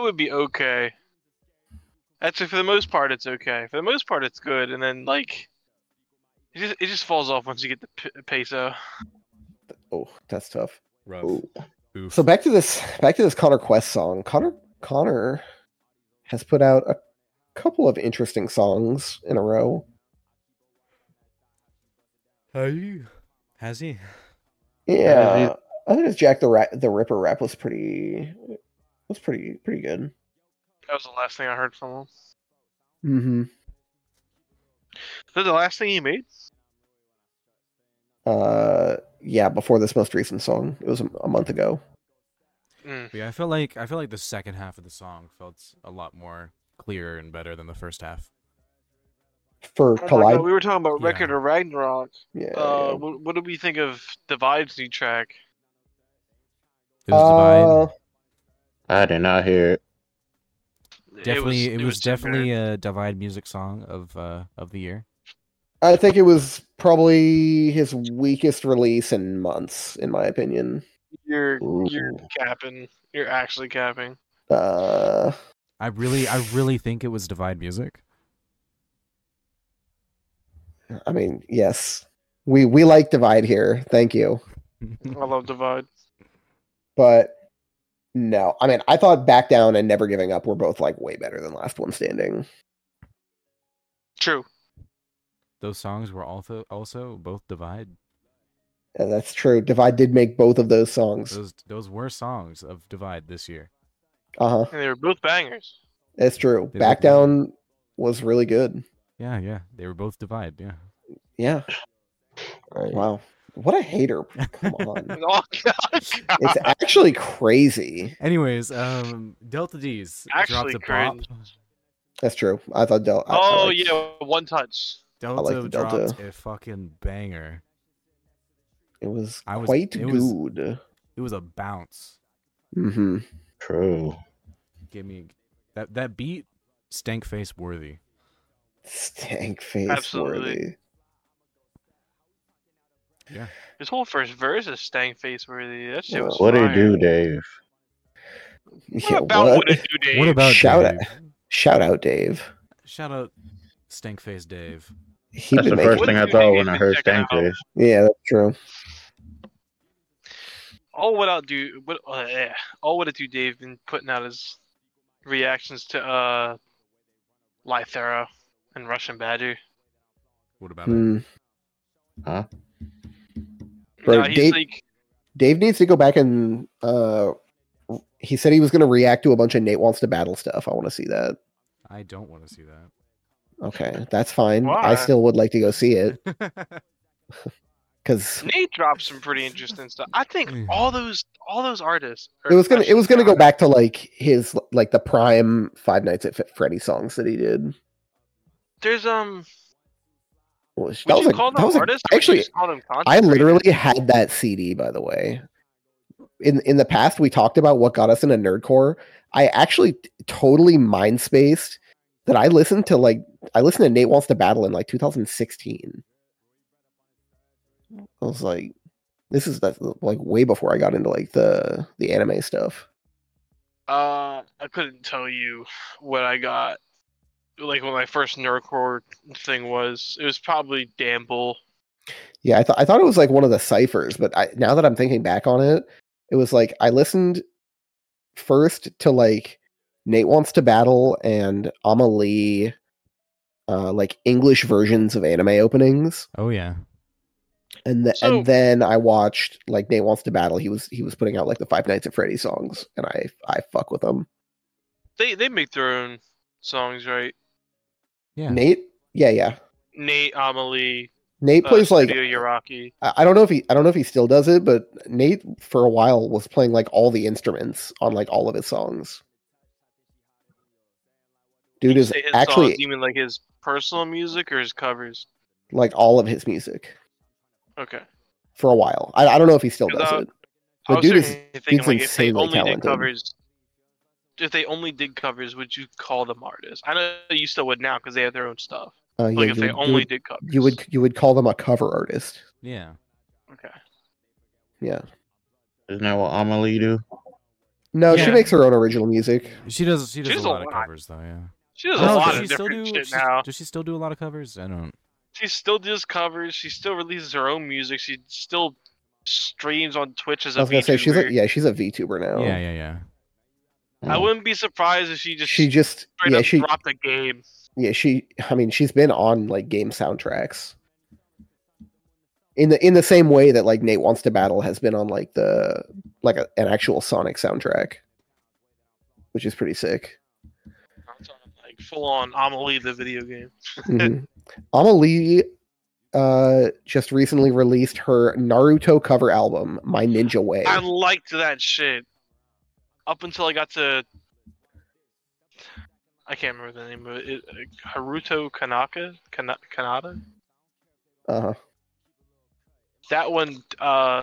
[SPEAKER 4] would be okay actually for the most part it's okay for the most part it's good and then like it just it just falls off once you get the p- peso
[SPEAKER 2] Oh, that's tough.
[SPEAKER 1] Rough.
[SPEAKER 3] Ooh.
[SPEAKER 1] Oof.
[SPEAKER 2] So back to this back to this Connor Quest song. Connor Connor has put out a couple of interesting songs in a row.
[SPEAKER 1] Have you? Has he?
[SPEAKER 2] Yeah.
[SPEAKER 3] Yeah.
[SPEAKER 2] I think his Jack the Ra- the Ripper rap was pretty was pretty pretty good.
[SPEAKER 4] that was the last thing i heard from him
[SPEAKER 2] Mm-hmm.
[SPEAKER 4] is that the last thing he made
[SPEAKER 2] Uh yeah, before this most recent song. It was a, a month ago.
[SPEAKER 4] Mm.
[SPEAKER 1] But yeah, I feel like I feel like the second half of the song felt a lot more clear and better than the first half.
[SPEAKER 2] For
[SPEAKER 4] Oh my God,
[SPEAKER 2] Collide.
[SPEAKER 4] we were talking about
[SPEAKER 1] Yeah.
[SPEAKER 4] Record of Ragnarok.
[SPEAKER 2] Yeah.
[SPEAKER 4] Uh, what, what did we think of Divide's new track?
[SPEAKER 1] It was Divide.
[SPEAKER 2] Uh,
[SPEAKER 3] I did not hear it.
[SPEAKER 4] It
[SPEAKER 1] definitely it was,
[SPEAKER 4] too bitter.
[SPEAKER 1] definitely a divide music song of uh of the year
[SPEAKER 2] I think it was probably his weakest release in months, in my opinion.
[SPEAKER 4] You're
[SPEAKER 3] Ooh.
[SPEAKER 4] you're capping. You're actually capping.
[SPEAKER 2] Uh,
[SPEAKER 1] i really i really think it was divide music
[SPEAKER 2] I mean, yes, we we like Divide here. Thank you,
[SPEAKER 4] I love Divide.
[SPEAKER 2] but no, I mean, I thought Back Down and Never Giving Up were both like way better than Last One Standing.
[SPEAKER 4] True.
[SPEAKER 1] those songs were also also both divide
[SPEAKER 2] And that's true. Divide did make both of those songs.
[SPEAKER 1] those those were songs of divide this year
[SPEAKER 2] Uh huh.
[SPEAKER 4] And they were both bangers.
[SPEAKER 2] That's true.
[SPEAKER 1] They
[SPEAKER 2] Back
[SPEAKER 1] did.
[SPEAKER 2] Down was really good.
[SPEAKER 1] yeah yeah they were both divide yeah
[SPEAKER 2] Yeah.
[SPEAKER 3] Right.
[SPEAKER 2] Wow. What a hater. Come on.
[SPEAKER 4] Oh God.
[SPEAKER 2] it's actually crazy.
[SPEAKER 1] anyways um delta d's
[SPEAKER 4] Actually
[SPEAKER 1] dropped a pop
[SPEAKER 4] cringe.
[SPEAKER 2] That's true. I thought Del. I- I
[SPEAKER 4] Oh
[SPEAKER 2] liked-
[SPEAKER 4] yeah, one touch.
[SPEAKER 1] delta,
[SPEAKER 2] like the Delta.
[SPEAKER 1] dropped a fucking banger
[SPEAKER 2] It was
[SPEAKER 1] I was-
[SPEAKER 2] quite
[SPEAKER 1] it was-
[SPEAKER 2] good.
[SPEAKER 1] it was a bounce
[SPEAKER 2] Mm-hmm.
[SPEAKER 3] True.
[SPEAKER 1] give me that that beat stank face worthy
[SPEAKER 2] Stank face
[SPEAKER 4] Absolutely.
[SPEAKER 2] worthy.
[SPEAKER 4] His whole first verse is stank face worthy. That shit was.
[SPEAKER 3] What do you
[SPEAKER 4] fire.
[SPEAKER 3] do, Dave?
[SPEAKER 4] What
[SPEAKER 2] Yeah,
[SPEAKER 4] about
[SPEAKER 2] what?
[SPEAKER 4] what it do, Dave?
[SPEAKER 1] what about
[SPEAKER 2] Shout
[SPEAKER 1] dave?
[SPEAKER 2] Shout out, Dave.
[SPEAKER 1] shout out stank face dave
[SPEAKER 2] He
[SPEAKER 3] That's the
[SPEAKER 2] been
[SPEAKER 3] first
[SPEAKER 2] making.
[SPEAKER 3] thing I
[SPEAKER 4] What do you
[SPEAKER 3] thought
[SPEAKER 4] think
[SPEAKER 3] when I
[SPEAKER 4] he's
[SPEAKER 3] heard
[SPEAKER 4] checking out?
[SPEAKER 3] Stankus.
[SPEAKER 2] Yeah, that's true.
[SPEAKER 4] all what I'll do, what uh, eh, all what it do, Dave, been putting out his reactions to uh, Lythera and Russian Badger.
[SPEAKER 1] what about it
[SPEAKER 2] Hmm. Bro,
[SPEAKER 4] Now he's
[SPEAKER 2] Dave-
[SPEAKER 4] like,
[SPEAKER 2] Dave needs to go back and uh, he said he was going to react to a bunch of Nate wants to battle stuff. I want to see that.
[SPEAKER 1] I don't want to see
[SPEAKER 2] Okay, that's fine. I
[SPEAKER 4] Why?
[SPEAKER 2] still would like to go see it
[SPEAKER 1] that.
[SPEAKER 2] because
[SPEAKER 4] Nate dropped some pretty interesting stuff. I think
[SPEAKER 1] Yeah.
[SPEAKER 4] all those all those artists. are-
[SPEAKER 2] it was gonna it was gonna go
[SPEAKER 4] actually-
[SPEAKER 2] back to like his like the prime Five Nights at F- Freddy songs that he did.
[SPEAKER 4] There's um.
[SPEAKER 2] Was,
[SPEAKER 4] Would
[SPEAKER 2] that was
[SPEAKER 4] you
[SPEAKER 2] a,
[SPEAKER 4] call
[SPEAKER 2] that
[SPEAKER 4] them
[SPEAKER 2] was a,
[SPEAKER 4] artists? or would you
[SPEAKER 2] actually
[SPEAKER 4] just call them content
[SPEAKER 2] I literally
[SPEAKER 4] creators?
[SPEAKER 2] had that CD, by the way. In in the past, we talked about what got us into nerdcore. I actually t- totally mind spaced that I listened to like I listened to Nate Wants to Battle in like 2016. I was like, this is that's, like way before I got into like the the anime stuff.
[SPEAKER 4] Uh, I couldn't tell you what I got. Like when my first nerdcore thing was, it was probably Damble.
[SPEAKER 2] Yeah, I thought I thought it was like one of the ciphers, but I, now that I'm thinking back on it, it was like I listened first to like Nate wants to battle and Amalie, uh, like English versions of anime openings,
[SPEAKER 1] oh yeah.
[SPEAKER 2] and the,
[SPEAKER 4] So-
[SPEAKER 2] and then I watched like Nate wants to battle. He was he was putting out like the Five Nights at Freddy songs, and I I fuck with them.
[SPEAKER 4] They they make their own songs, right?
[SPEAKER 1] Yeah.
[SPEAKER 2] Nate, yeah, yeah.
[SPEAKER 4] Nate Amelie,
[SPEAKER 2] Nate
[SPEAKER 4] uh,
[SPEAKER 2] plays like
[SPEAKER 4] Studio Yoraki.
[SPEAKER 2] I I don't know if he I don't know if he still does it, but Nate for a while was playing like all the instruments on like all of his songs. Dude
[SPEAKER 4] You
[SPEAKER 2] is
[SPEAKER 4] say his
[SPEAKER 2] actually
[SPEAKER 4] songs, you mean like his personal music or his covers?
[SPEAKER 2] like all of his music
[SPEAKER 4] Okay.
[SPEAKER 2] for a while. I, I don't know if he still
[SPEAKER 4] Cause
[SPEAKER 2] does
[SPEAKER 4] I-
[SPEAKER 2] it.
[SPEAKER 4] I
[SPEAKER 2] But
[SPEAKER 4] was
[SPEAKER 2] dude is
[SPEAKER 4] certainly
[SPEAKER 2] dude's
[SPEAKER 4] thinking like if they
[SPEAKER 2] insanely
[SPEAKER 4] only
[SPEAKER 2] talented.
[SPEAKER 4] did covers, if they only did covers, would you call them artists? I know you still would now because they have their own stuff.
[SPEAKER 2] Uh, yeah,
[SPEAKER 4] Like if
[SPEAKER 2] you
[SPEAKER 4] they
[SPEAKER 2] would- you
[SPEAKER 4] only
[SPEAKER 2] would-
[SPEAKER 4] did covers,
[SPEAKER 2] you would you would call them a cover artist.
[SPEAKER 1] Yeah.
[SPEAKER 4] Okay.
[SPEAKER 2] Yeah.
[SPEAKER 3] Isn't that what Amelie do?
[SPEAKER 2] No, she
[SPEAKER 4] Yeah.
[SPEAKER 2] makes her own original music.
[SPEAKER 1] She does she does
[SPEAKER 4] does
[SPEAKER 1] a
[SPEAKER 4] a
[SPEAKER 1] lot, of
[SPEAKER 4] lot.
[SPEAKER 1] covers though, yeah.
[SPEAKER 4] She does
[SPEAKER 1] I
[SPEAKER 4] a
[SPEAKER 1] don't know,
[SPEAKER 4] lot
[SPEAKER 1] Oh, does
[SPEAKER 4] of
[SPEAKER 1] she still
[SPEAKER 4] different
[SPEAKER 1] do-
[SPEAKER 4] shit
[SPEAKER 1] she-
[SPEAKER 4] now.
[SPEAKER 1] Does she still do a lot of covers? I don't
[SPEAKER 4] She still does covers. She still releases her own music. She still streams on Twitch as a
[SPEAKER 2] I was gonna say she's
[SPEAKER 4] VTuber.
[SPEAKER 2] a, yeah she's a VTuber now.
[SPEAKER 1] Yeah, yeah, yeah.
[SPEAKER 4] I wouldn't be surprised if she just
[SPEAKER 2] She just
[SPEAKER 4] straight
[SPEAKER 2] yeah
[SPEAKER 4] up
[SPEAKER 2] she
[SPEAKER 4] dropped a game.
[SPEAKER 2] yeah she i mean she's been on like game soundtracks in the in the same way that like nate wants to battle has been on like the like a, an actual sonic soundtrack which is pretty sick
[SPEAKER 4] I'm talking like full on Amelie the video game.
[SPEAKER 2] Mhm. Mm-hmm. amalie uh, just recently released her Naruto cover album, My Ninja Way.
[SPEAKER 4] I liked that shit. Up until I got to. I can't remember the name of it. it uh, Haruto Kanaka? Kana- Kanata?
[SPEAKER 2] Uh-huh.
[SPEAKER 4] That one, uh,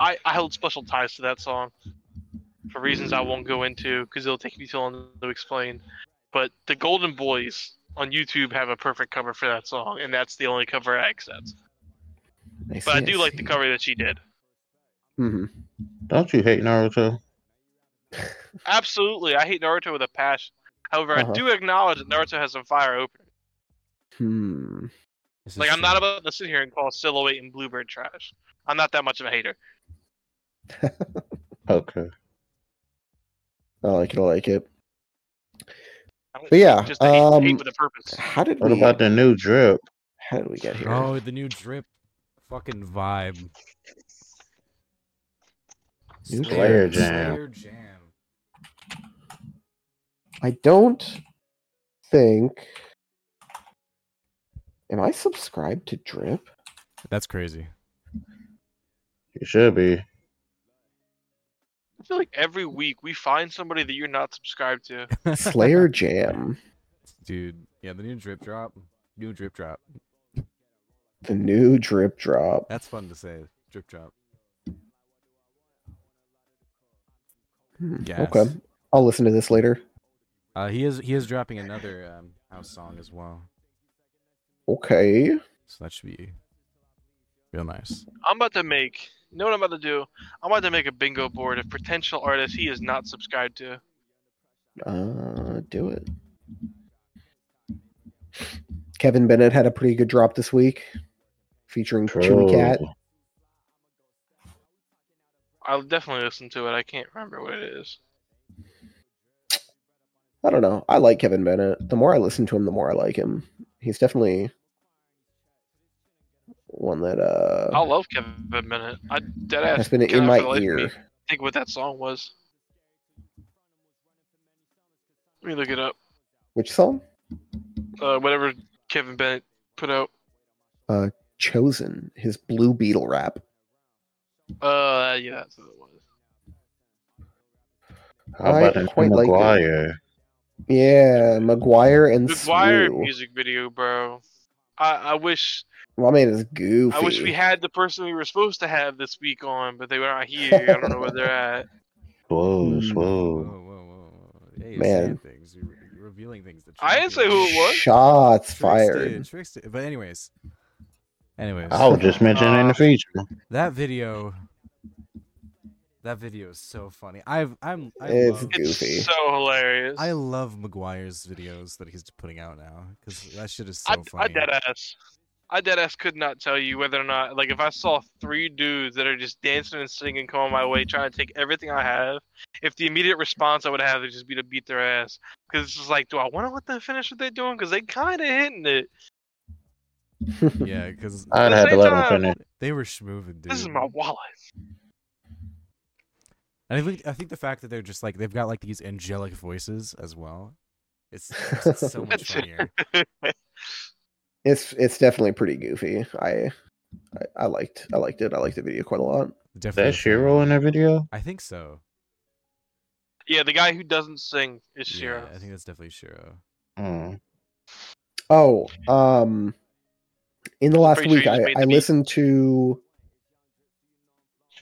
[SPEAKER 4] I, I held special ties to that song for reasons I won't go into because it'll take me too long to explain. But the Golden Boys on YouTube have a perfect cover for that song, and that's the only cover I accept. But I do like the cover that she did.
[SPEAKER 2] hmm
[SPEAKER 3] Don't you hate Naruto?
[SPEAKER 4] Absolutely, I hate Naruto with a passion. However,
[SPEAKER 2] Uh-huh.
[SPEAKER 4] I do acknowledge that Naruto has some fire openers.
[SPEAKER 2] Hmm.
[SPEAKER 1] This is
[SPEAKER 4] Like I'm
[SPEAKER 1] true.
[SPEAKER 4] not about to sit here and call Silhouette and Bluebird trash. I'm not that much of a hater.
[SPEAKER 3] Okay.
[SPEAKER 2] I like it. I like it.
[SPEAKER 4] I don't
[SPEAKER 2] But yeah,
[SPEAKER 4] just hate, hate
[SPEAKER 2] um,
[SPEAKER 4] with a purpose.
[SPEAKER 2] How did
[SPEAKER 3] What
[SPEAKER 2] we?
[SPEAKER 3] about the new drip?
[SPEAKER 2] how did we get here?
[SPEAKER 1] Oh, the new drip, fucking vibe.
[SPEAKER 2] New
[SPEAKER 3] Slayer Jam.
[SPEAKER 1] Slayer jam.
[SPEAKER 2] I don't think. Am I subscribed to Drip?
[SPEAKER 1] That's crazy.
[SPEAKER 3] It should be.
[SPEAKER 4] I feel like every week we find somebody that you're not subscribed to.
[SPEAKER 2] Slayer Jam,
[SPEAKER 1] Dude, yeah, the new drip drop. New drip drop.
[SPEAKER 2] the new Drip drop.
[SPEAKER 1] That's fun to say. Drip drop.
[SPEAKER 2] Hmm,
[SPEAKER 1] Gas.
[SPEAKER 2] Okay, I'll listen to this later.
[SPEAKER 1] Uh, he is he is dropping another um, house song as well,
[SPEAKER 2] Okay.
[SPEAKER 1] so that should be real nice.
[SPEAKER 4] I'm about to make. You know what I'm about to do? I'm about to make a bingo board of potential artists he is not subscribed to.
[SPEAKER 2] Uh, do it. Kevin Bennett had a pretty good drop this week, featuring Chewy Cat.
[SPEAKER 3] True.
[SPEAKER 4] I'll definitely listen to it. I can't remember what it is.
[SPEAKER 2] I don't know. I like Kevin Bennett. The more I listen to him, the more I like him. He's definitely one that uh
[SPEAKER 4] I love Kevin Bennett. I dead ass.
[SPEAKER 2] has been in
[SPEAKER 4] cannot
[SPEAKER 2] my
[SPEAKER 4] for the life of me
[SPEAKER 2] ear.
[SPEAKER 4] Think what that song was. Let me look it up.
[SPEAKER 2] Which song?
[SPEAKER 4] Uh, whatever Kevin Bennett put out.
[SPEAKER 2] Chosen. His Blue Beetle rap.
[SPEAKER 4] Uh, yeah, that's what it was.
[SPEAKER 3] How
[SPEAKER 2] I
[SPEAKER 3] about the
[SPEAKER 2] quite
[SPEAKER 3] new
[SPEAKER 2] like it.
[SPEAKER 3] McGuire?
[SPEAKER 2] Yeah, Maguire and
[SPEAKER 4] McGuire
[SPEAKER 2] Slew.
[SPEAKER 4] music video, bro. I, I wish
[SPEAKER 2] My man is goofy.
[SPEAKER 4] I wish we had the person we were supposed to have this week on, but they were not here. I don't know where they're at.
[SPEAKER 3] Whoa,
[SPEAKER 2] Hmm.
[SPEAKER 1] Whoa,
[SPEAKER 3] whoa.
[SPEAKER 1] whoa, whoa! whoa. Hey, you're
[SPEAKER 2] Man.
[SPEAKER 1] saying things. You're, you're revealing things. That
[SPEAKER 4] I didn't say who it was.
[SPEAKER 2] Shots
[SPEAKER 1] Did,
[SPEAKER 2] fired. Oh.
[SPEAKER 1] Tricks did. But anyways, anyways,
[SPEAKER 3] I was just mentioning in the feature.
[SPEAKER 1] that video. That video is so funny. I've I'm I
[SPEAKER 2] It's
[SPEAKER 1] love,
[SPEAKER 4] It's
[SPEAKER 2] Goofy.
[SPEAKER 4] so hilarious.
[SPEAKER 1] I love McGuire's videos that he's putting out now because that shit is so
[SPEAKER 4] I, I
[SPEAKER 1] funny.
[SPEAKER 4] dead ass. I dead ass could not tell you whether or not like if I saw three dudes that are just dancing and singing coming my way trying to take everything I have, if the immediate response I would have would just be to beat their ass because it's just like, do I want to let them finish what they're doing? Because they kind of hitting it.
[SPEAKER 1] yeah, because
[SPEAKER 3] I'd
[SPEAKER 4] At
[SPEAKER 3] have
[SPEAKER 4] the
[SPEAKER 3] to let him
[SPEAKER 4] same time-
[SPEAKER 3] finish.
[SPEAKER 1] they were schmooving, dude.
[SPEAKER 4] This is my wallet.
[SPEAKER 1] And I think I think the fact that they're just like they've got like these angelic voices as well. It's, it's so much
[SPEAKER 4] That's-
[SPEAKER 1] funnier.
[SPEAKER 2] It's it's definitely pretty goofy. I, I I liked I liked it. I liked the video quite a lot.
[SPEAKER 3] Is
[SPEAKER 1] Definitely.
[SPEAKER 3] that Shiro in that video?
[SPEAKER 1] I think so.
[SPEAKER 4] Yeah, the guy who doesn't sing is Shiro.
[SPEAKER 1] Yeah, I think that's definitely Shiro.
[SPEAKER 3] Hmm.
[SPEAKER 2] Oh, um, in the last
[SPEAKER 4] Pretty sure
[SPEAKER 2] week,
[SPEAKER 4] you just
[SPEAKER 2] I,
[SPEAKER 4] made the
[SPEAKER 2] I
[SPEAKER 4] beat.
[SPEAKER 2] listened to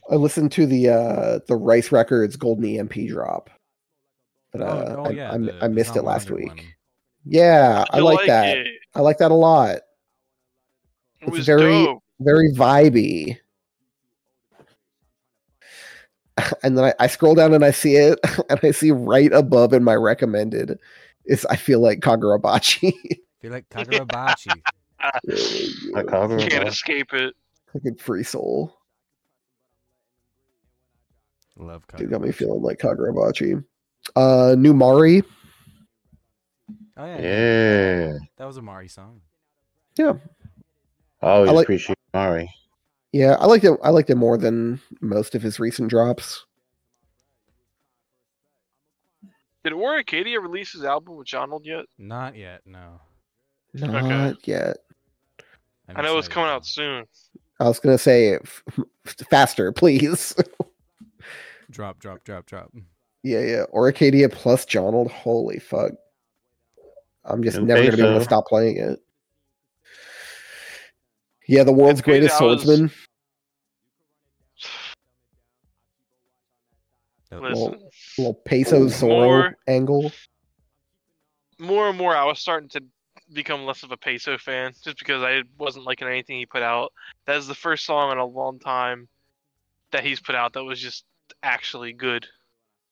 [SPEAKER 2] I listened to the uh the Rice Records Golden EMP drop, but uh,
[SPEAKER 1] oh,
[SPEAKER 2] I,
[SPEAKER 1] oh, yeah,
[SPEAKER 2] I,
[SPEAKER 1] the-
[SPEAKER 2] I
[SPEAKER 1] the
[SPEAKER 2] missed it
[SPEAKER 1] Tom
[SPEAKER 2] last
[SPEAKER 1] Wander
[SPEAKER 2] week.
[SPEAKER 1] one.
[SPEAKER 2] Yeah, I,
[SPEAKER 4] I
[SPEAKER 2] like, that.
[SPEAKER 4] It,
[SPEAKER 2] I like that a lot.
[SPEAKER 4] It
[SPEAKER 2] It's
[SPEAKER 4] was
[SPEAKER 2] very-
[SPEAKER 4] dope.
[SPEAKER 2] Very vibey. And then I, I scroll down and I see it, and I see right above in my recommended is I feel like Kagurabachi.
[SPEAKER 1] Feel like Kagurabachi.
[SPEAKER 3] I cover
[SPEAKER 2] Mm-hmm.
[SPEAKER 4] You
[SPEAKER 3] it,
[SPEAKER 4] can't
[SPEAKER 3] bro.
[SPEAKER 4] escape it.
[SPEAKER 2] Fucking free soul.
[SPEAKER 1] Love Kagurabachi.
[SPEAKER 2] Dude got me feeling like Kagurabachi. Uh New Mari.
[SPEAKER 1] Oh yeah,
[SPEAKER 3] Yeah.
[SPEAKER 1] that was a Mari song.
[SPEAKER 3] I always
[SPEAKER 2] I like-
[SPEAKER 3] appreciate Mari.
[SPEAKER 2] Yeah, I liked it I liked it more than most of his recent drops.
[SPEAKER 4] Did War Acadia release his album with Donald yet?
[SPEAKER 1] Not yet, no.
[SPEAKER 2] Not yet.
[SPEAKER 1] I'm
[SPEAKER 4] I know it's
[SPEAKER 1] excited
[SPEAKER 4] coming
[SPEAKER 1] now.
[SPEAKER 4] out soon.
[SPEAKER 2] I was gonna say f- faster, please.
[SPEAKER 1] Drop, drop, drop, drop.
[SPEAKER 2] yeah, yeah. Or Acadia plus Jonald. Holy fuck! I'm just
[SPEAKER 3] Okay,
[SPEAKER 2] never gonna be able
[SPEAKER 3] so-
[SPEAKER 2] to stop playing it. Yeah, the world's
[SPEAKER 4] crazy,
[SPEAKER 2] greatest
[SPEAKER 4] I was-
[SPEAKER 2] swordsman.
[SPEAKER 1] That-
[SPEAKER 4] Listen,
[SPEAKER 2] Little peso Zoro
[SPEAKER 4] More-
[SPEAKER 2] angle.
[SPEAKER 4] more and more, I was starting to become less of a Peso fan just because I wasn't liking anything he put out. That is the first song in a long time that he's put out that was just actually good.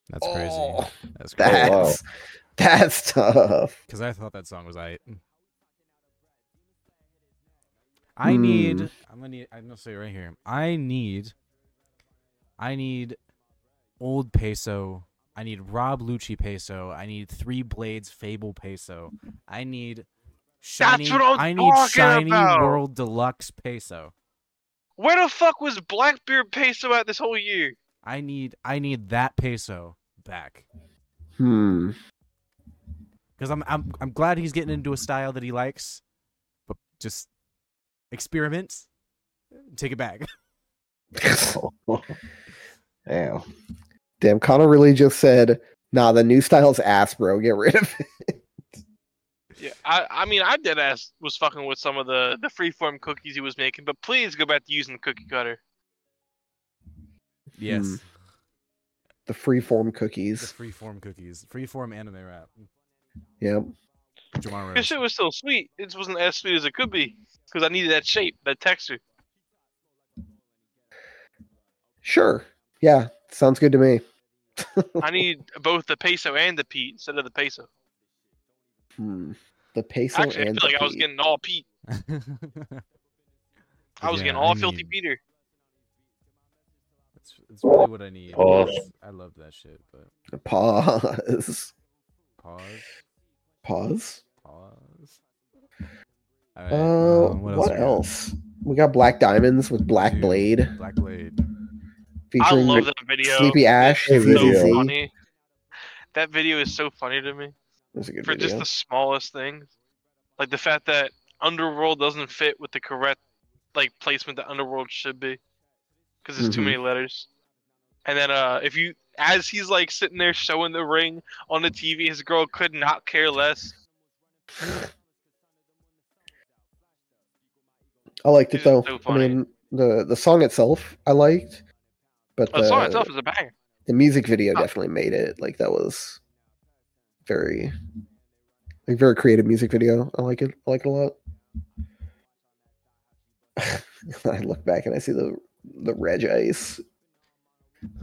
[SPEAKER 1] That's crazy.
[SPEAKER 2] Oh,
[SPEAKER 1] That's crazy.
[SPEAKER 2] that's that's tough.
[SPEAKER 1] Because I thought that song was I. mm. I
[SPEAKER 2] Hmm.
[SPEAKER 1] need. I'm gonna. Need, I'm gonna say it right here. I need. I need, old peso. I need Rob Lucci peso. I need Three Blades Fable peso. I need. Shiny,
[SPEAKER 4] what I'm
[SPEAKER 1] I need
[SPEAKER 4] talking
[SPEAKER 1] shiny
[SPEAKER 4] about.
[SPEAKER 1] world deluxe peso.
[SPEAKER 4] Where the fuck was Blackbeard Peso at this whole year?
[SPEAKER 1] I need I need that peso back
[SPEAKER 2] Hmm.
[SPEAKER 1] because I'm I'm I'm glad he's getting into a style that he likes, but just experiment, take it back.
[SPEAKER 3] Damn.
[SPEAKER 2] Damn, Connor really just said, "Nah, the new style's ass, bro. Get rid of it."
[SPEAKER 4] Yeah, I, I mean, I dead ass was fucking with some of the the freeform cookies he was making, but please go back to using the cookie cutter.
[SPEAKER 1] Yes,
[SPEAKER 2] Hmm. The freeform
[SPEAKER 1] the
[SPEAKER 2] cookies.
[SPEAKER 1] freeform cookies, freeform anime rap.
[SPEAKER 2] Yep.
[SPEAKER 1] Jamar
[SPEAKER 4] This shit
[SPEAKER 1] Rose.
[SPEAKER 4] was still sweet. It just wasn't as sweet as it could be because I needed that shape, that texture.
[SPEAKER 2] Sure. Yeah. Sounds good to me.
[SPEAKER 4] I need both the peso and the Pete instead of the peso.
[SPEAKER 2] Hmm. The peso
[SPEAKER 4] Actually, I
[SPEAKER 2] and
[SPEAKER 4] feel
[SPEAKER 2] the
[SPEAKER 4] like I was
[SPEAKER 2] Pete.
[SPEAKER 4] getting all Pete. I was
[SPEAKER 1] Yeah,
[SPEAKER 4] getting all
[SPEAKER 1] I
[SPEAKER 4] filthy
[SPEAKER 1] mean-
[SPEAKER 4] Peter.
[SPEAKER 1] That's, that's really what I need.
[SPEAKER 3] Pause.
[SPEAKER 1] because I love that shit, but
[SPEAKER 2] pause.
[SPEAKER 1] pause,
[SPEAKER 2] Pause.
[SPEAKER 1] pause. All right,
[SPEAKER 2] Uh,
[SPEAKER 1] um,
[SPEAKER 2] what
[SPEAKER 1] else
[SPEAKER 2] else?
[SPEAKER 1] we got?
[SPEAKER 2] We got Black Diamonds with Black
[SPEAKER 1] Dude,
[SPEAKER 2] Blade
[SPEAKER 1] Black Blade.
[SPEAKER 4] I
[SPEAKER 2] featuring
[SPEAKER 4] love that video.
[SPEAKER 2] Sleepy Ash.
[SPEAKER 3] Hey,
[SPEAKER 4] so
[SPEAKER 3] video.
[SPEAKER 2] CZZ.
[SPEAKER 4] funny. That video is so funny to me
[SPEAKER 2] That's a good
[SPEAKER 4] for just
[SPEAKER 2] video.
[SPEAKER 4] the smallest things, like the fact that Underworld doesn't fit with the correct like placement that Underworld should be, because there's too
[SPEAKER 2] Mhm.
[SPEAKER 4] many letters. And then uh, if you as he's like sitting there showing the ring on the TV, his girl could not care less.
[SPEAKER 2] I liked it
[SPEAKER 4] It's just
[SPEAKER 2] though.
[SPEAKER 4] so
[SPEAKER 2] I
[SPEAKER 4] funny.
[SPEAKER 2] mean, the the song itself I liked, but
[SPEAKER 4] The
[SPEAKER 2] the,
[SPEAKER 4] song itself is a banger.
[SPEAKER 2] the music video
[SPEAKER 4] Oh.
[SPEAKER 2] definitely made it. Like that was very, like very creative music video. I like it. I like it a lot. I look back and I see the the Reg Ice.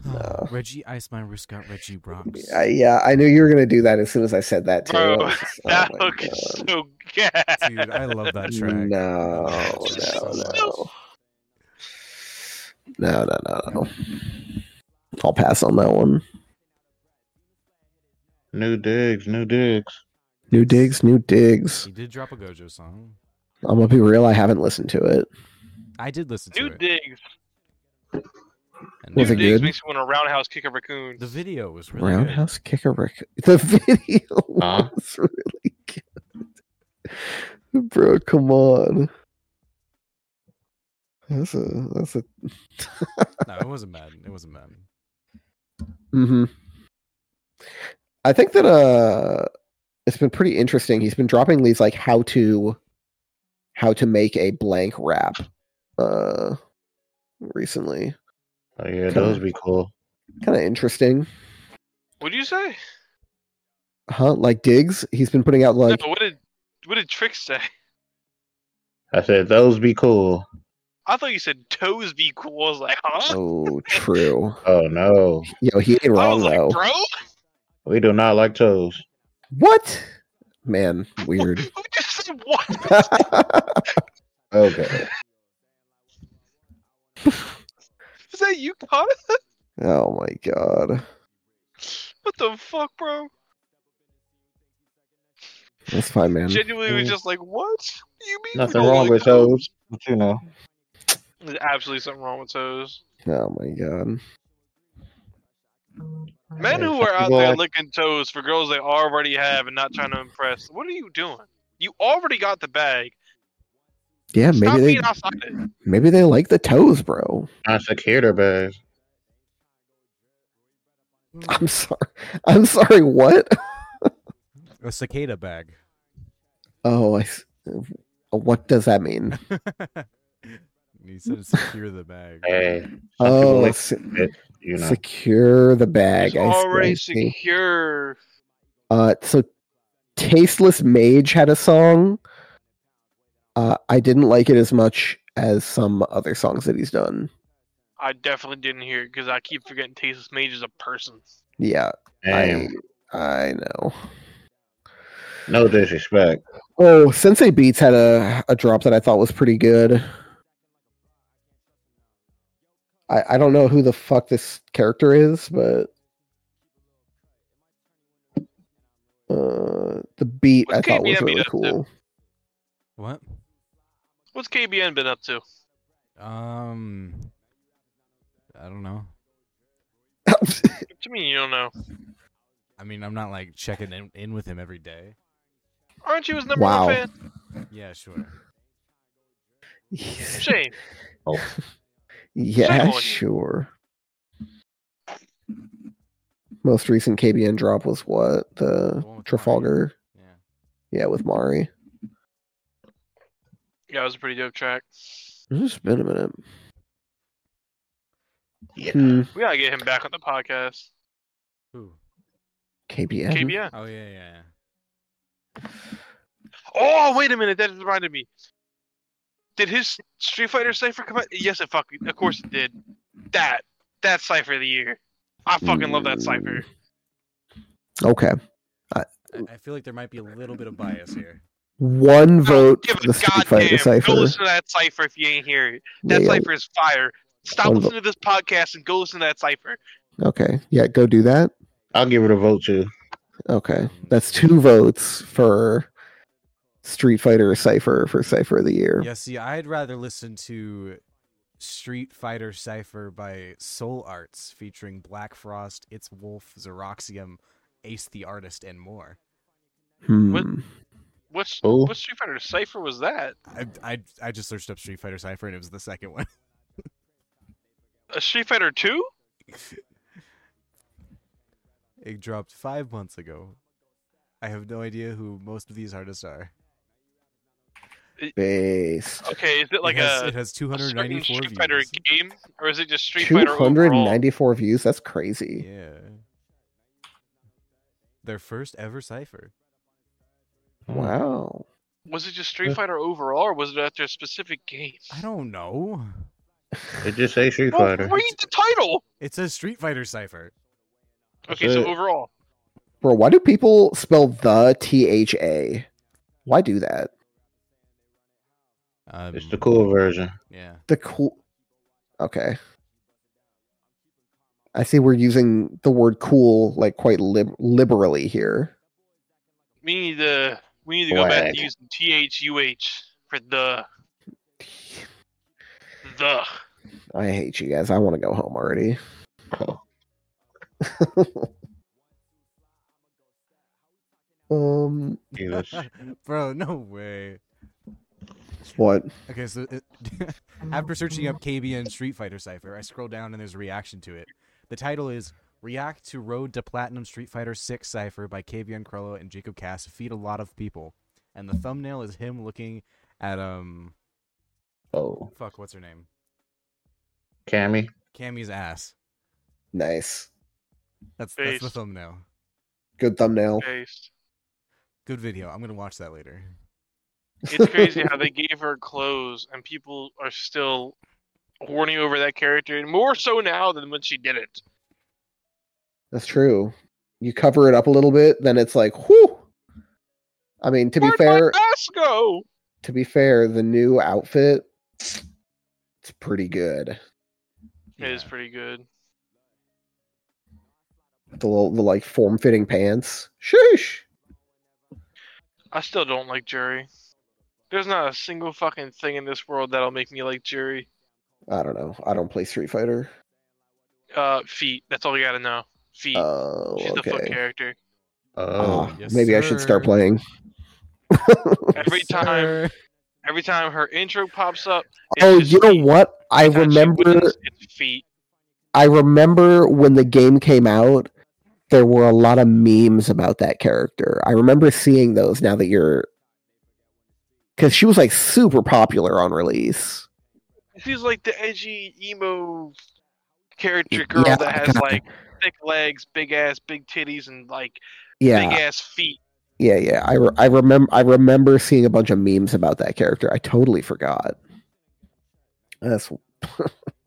[SPEAKER 2] No.
[SPEAKER 1] Reggie Iceman Roost got Reggie rocks.
[SPEAKER 2] I, yeah, I knew you were gonna do that as soon as I said that too. I
[SPEAKER 4] Bro,
[SPEAKER 2] was just, oh
[SPEAKER 4] That
[SPEAKER 2] my
[SPEAKER 4] hook is so good.
[SPEAKER 1] Dude, I love that track.
[SPEAKER 2] God. No,
[SPEAKER 1] Just
[SPEAKER 2] no,
[SPEAKER 1] so
[SPEAKER 2] no. No, no, no, no. I'll pass on that one.
[SPEAKER 3] New digs, new digs.
[SPEAKER 2] New digs, new digs.
[SPEAKER 1] He did drop a Gojo song.
[SPEAKER 2] I'm gonna be real. I haven't listened to it.
[SPEAKER 1] I did listen to
[SPEAKER 4] New
[SPEAKER 1] it.
[SPEAKER 4] digs.
[SPEAKER 1] and
[SPEAKER 2] Was
[SPEAKER 4] New
[SPEAKER 2] it
[SPEAKER 4] digs
[SPEAKER 2] good?
[SPEAKER 4] makes me want to roundhouse kick a raccoon.
[SPEAKER 1] The video was really good. Uh-huh.
[SPEAKER 2] Roundhouse kick a Rick. The video
[SPEAKER 3] Huh?
[SPEAKER 2] was really good, bro. Come on. That's a that's a.
[SPEAKER 1] No, it wasn't bad. It wasn't bad.
[SPEAKER 2] Mm-hmm. I think that uh, it's been pretty interesting. He's been dropping these like how to, how to make a blank rap, uh, recently.
[SPEAKER 3] Oh yeah, those be cool.
[SPEAKER 2] Kind of interesting,
[SPEAKER 4] What do you say?
[SPEAKER 2] huh? Like digs. He's been putting out like
[SPEAKER 4] no, what did what did Trick say?
[SPEAKER 3] I said those be cool.
[SPEAKER 4] I thought you said toes be cool. I was like, huh?
[SPEAKER 2] oh, true.
[SPEAKER 3] Oh no,
[SPEAKER 2] Yo, he ain't
[SPEAKER 4] I
[SPEAKER 2] wrong
[SPEAKER 4] was like,
[SPEAKER 2] though.
[SPEAKER 4] bro,
[SPEAKER 3] we do not like toes.
[SPEAKER 2] What? Man, weird.
[SPEAKER 4] who just said what?
[SPEAKER 3] Okay,
[SPEAKER 4] Is that you, Connor?
[SPEAKER 2] oh my god,
[SPEAKER 4] What the fuck, bro?
[SPEAKER 2] that's fine, man.
[SPEAKER 4] Genuinely was
[SPEAKER 2] Mm.
[SPEAKER 4] just like, what? You mean
[SPEAKER 3] nothing
[SPEAKER 4] you don't
[SPEAKER 3] wrong
[SPEAKER 4] like
[SPEAKER 3] with
[SPEAKER 4] toes?
[SPEAKER 3] toes, but you know.
[SPEAKER 4] There's absolutely something wrong with toes.
[SPEAKER 2] Oh my god.
[SPEAKER 4] Men
[SPEAKER 3] Hey,
[SPEAKER 4] who are out
[SPEAKER 3] fucking
[SPEAKER 4] there
[SPEAKER 3] boy.
[SPEAKER 4] licking toes for girls they already have and not trying to impress. What are you doing? You already got the bag.
[SPEAKER 2] Yeah,
[SPEAKER 4] Stop
[SPEAKER 2] maybe they
[SPEAKER 4] being outside it.
[SPEAKER 2] maybe they like the toes, bro.
[SPEAKER 3] I secured her bag.
[SPEAKER 2] I'm sorry. I'm sorry. What?
[SPEAKER 1] A cicada bag.
[SPEAKER 2] Oh, I. s- What does that mean?
[SPEAKER 1] he said secure the bag.
[SPEAKER 3] Hey, people
[SPEAKER 2] Oh,
[SPEAKER 3] like
[SPEAKER 2] se-
[SPEAKER 3] you know.
[SPEAKER 2] secure the bag.
[SPEAKER 4] It's
[SPEAKER 2] I see,
[SPEAKER 4] already
[SPEAKER 2] I see.
[SPEAKER 4] secure.
[SPEAKER 2] Uh, so, Tasteless Mage had a song. Uh, I didn't like it as much as some other songs that he's done.
[SPEAKER 4] I definitely didn't hear it because I keep forgetting Tasteless Mage is a person.
[SPEAKER 2] Yeah,
[SPEAKER 3] Damn.
[SPEAKER 2] I I know.
[SPEAKER 3] No disrespect.
[SPEAKER 2] Oh, Sensei Beats had a, a drop that I thought was pretty good. I, I don't know who the fuck this character is, but uh, the beat
[SPEAKER 4] What
[SPEAKER 2] I thought was
[SPEAKER 4] KBM
[SPEAKER 2] really
[SPEAKER 4] up to?
[SPEAKER 2] cool.
[SPEAKER 1] What?
[SPEAKER 4] What's KBN been up to?
[SPEAKER 1] Um, I don't know.
[SPEAKER 4] What do you mean you don't know?
[SPEAKER 1] I mean, I'm not like checking in, in with him every day.
[SPEAKER 4] Aren't you his number
[SPEAKER 2] Wow.
[SPEAKER 4] one fan?
[SPEAKER 1] Yeah, sure.
[SPEAKER 4] Shame.
[SPEAKER 2] yeah,
[SPEAKER 4] Shame on you.
[SPEAKER 2] sure. Most recent KBN drop was what the
[SPEAKER 1] The one with Mari.
[SPEAKER 2] Trafalgar,
[SPEAKER 1] Yeah.
[SPEAKER 2] yeah, with Mari.
[SPEAKER 4] Yeah, it was a pretty dope track.
[SPEAKER 2] It's been a minute.
[SPEAKER 3] Yeah.
[SPEAKER 2] Hmm,
[SPEAKER 4] We gotta get him back on the podcast.
[SPEAKER 1] Who?
[SPEAKER 2] KBN.
[SPEAKER 4] KBN.
[SPEAKER 1] Oh yeah, yeah, yeah.
[SPEAKER 4] Oh, wait a minute. That reminded me. Did his Street Fighter cipher come out? Yes, it fucking. Of course it did. That. That cipher of the year. I fucking love that cipher.
[SPEAKER 2] Okay.
[SPEAKER 1] I, I feel like there might be a little bit of bias here.
[SPEAKER 2] one vote
[SPEAKER 4] Give
[SPEAKER 2] for
[SPEAKER 4] a
[SPEAKER 2] the Street Fighter
[SPEAKER 4] goddamn.
[SPEAKER 2] Cipher.
[SPEAKER 4] Go listen to that cipher if you ain't hear it.
[SPEAKER 2] Yeah,
[SPEAKER 4] That
[SPEAKER 2] yeah,
[SPEAKER 4] cipher is fire. Stop
[SPEAKER 2] One
[SPEAKER 4] listening to this podcast and go listen to that cipher.
[SPEAKER 2] Okay. Yeah, go do that.
[SPEAKER 3] I'll give it a vote too.
[SPEAKER 2] Okay. That's two votes for Street Fighter Cipher for Cipher of the Year.
[SPEAKER 1] Yeah, see, I'd rather listen to Street Fighter Cipher by Soul Arts featuring Black Frost, It's Wolf, Xeroxium, Ace the Artist, and more.
[SPEAKER 2] Hmm.
[SPEAKER 4] What- What's
[SPEAKER 3] Who?
[SPEAKER 4] what Street Fighter cipher was that?
[SPEAKER 1] I, I, I just searched up Street Fighter Cipher and it was the second one.
[SPEAKER 4] A Street Fighter two?
[SPEAKER 1] It dropped five months ago. I have no idea who most of these artists are.
[SPEAKER 2] Based.
[SPEAKER 4] Okay, is it like uh,
[SPEAKER 1] it has,
[SPEAKER 4] a,
[SPEAKER 1] it has
[SPEAKER 4] a certain
[SPEAKER 1] 294
[SPEAKER 4] Street
[SPEAKER 1] views.
[SPEAKER 4] Fighter game, or is it just Street Fighter overall?
[SPEAKER 2] 294 views. That's crazy.
[SPEAKER 1] Yeah. Their first ever cipher.
[SPEAKER 2] Wow.
[SPEAKER 4] Was it just Street Fighter overall, or was it after a specific game?
[SPEAKER 1] I don't know.
[SPEAKER 3] It just say Street
[SPEAKER 4] Well,
[SPEAKER 3] Fighter.
[SPEAKER 4] read the title.
[SPEAKER 1] It says Street Fighter cipher.
[SPEAKER 4] Okay,
[SPEAKER 3] That's
[SPEAKER 4] so
[SPEAKER 3] it.
[SPEAKER 4] overall,
[SPEAKER 2] Bro, why do people spell the T H A? Why do that?
[SPEAKER 1] Um,
[SPEAKER 3] It's the cool version.
[SPEAKER 1] Yeah.
[SPEAKER 2] The cool. Okay. I see we're using the word cool like quite lib- liberally here.
[SPEAKER 4] we need to we need to go back
[SPEAKER 3] Flag.
[SPEAKER 4] to using T H U H for the the.
[SPEAKER 2] I hate you guys. I want to go home already. um,
[SPEAKER 3] Jesus.
[SPEAKER 1] Bro, no way.
[SPEAKER 2] what?
[SPEAKER 1] Okay, so it, after searching up KBN Street Fighter Cipher, I scroll down and there's a reaction to it. The title is React to Road to Platinum Street Fighter 6 Cipher by KBN Crollo and Jacob Cass Feed a Lot of People. And the thumbnail is him looking at, um,
[SPEAKER 3] Oh,
[SPEAKER 1] fuck, what's her name?
[SPEAKER 3] Cammy.
[SPEAKER 1] Cammy's ass.
[SPEAKER 2] Nice.
[SPEAKER 1] That's, that's the
[SPEAKER 4] Based.
[SPEAKER 1] thumbnail.
[SPEAKER 2] Good thumbnail.
[SPEAKER 4] Based.
[SPEAKER 1] Good video. I'm going to watch that later.
[SPEAKER 4] It's crazy how they gave her clothes, and people are still warning over that character, and more so now than when she did it.
[SPEAKER 2] That's true. You cover it up a little bit, then it's like, whew. I mean, to be
[SPEAKER 4] Where'd
[SPEAKER 2] fair,
[SPEAKER 4] my mask go?
[SPEAKER 2] to be fair, the new outfit, it's pretty good.
[SPEAKER 4] It is
[SPEAKER 1] Yeah.
[SPEAKER 4] pretty good.
[SPEAKER 2] The little, the like form fitting pants. Sheesh.
[SPEAKER 4] I still don't like Jury. There's not a single fucking thing in this world that'll make me like Jury.
[SPEAKER 2] I don't know. I don't play Street Fighter.
[SPEAKER 4] Uh, feet. That's all you gotta know. Feet.
[SPEAKER 2] Oh,
[SPEAKER 4] She's the foot
[SPEAKER 2] okay.
[SPEAKER 4] character.
[SPEAKER 3] Oh,
[SPEAKER 2] Ah,
[SPEAKER 1] Yes,
[SPEAKER 2] maybe I should start
[SPEAKER 1] sir.
[SPEAKER 2] playing.
[SPEAKER 4] Every time-
[SPEAKER 1] Sir.
[SPEAKER 4] Every time her intro pops up, it's
[SPEAKER 2] Oh,
[SPEAKER 4] just
[SPEAKER 2] you know
[SPEAKER 4] feet.
[SPEAKER 2] what? I
[SPEAKER 4] It's not she
[SPEAKER 2] remember.
[SPEAKER 4] wins, it's feet.
[SPEAKER 2] I remember when the game came out, there were a lot of memes about that character. I remember seeing those now that you're. Because she was like super popular on release.
[SPEAKER 4] She's like the edgy emo character girl
[SPEAKER 2] Yeah,
[SPEAKER 4] that has
[SPEAKER 2] kinda.
[SPEAKER 4] like thick legs, big ass, big titties, and like
[SPEAKER 2] Yeah,
[SPEAKER 4] big ass feet.
[SPEAKER 2] yeah, yeah. I, re- I remember I remember seeing a bunch of memes about that character. I totally forgot. That's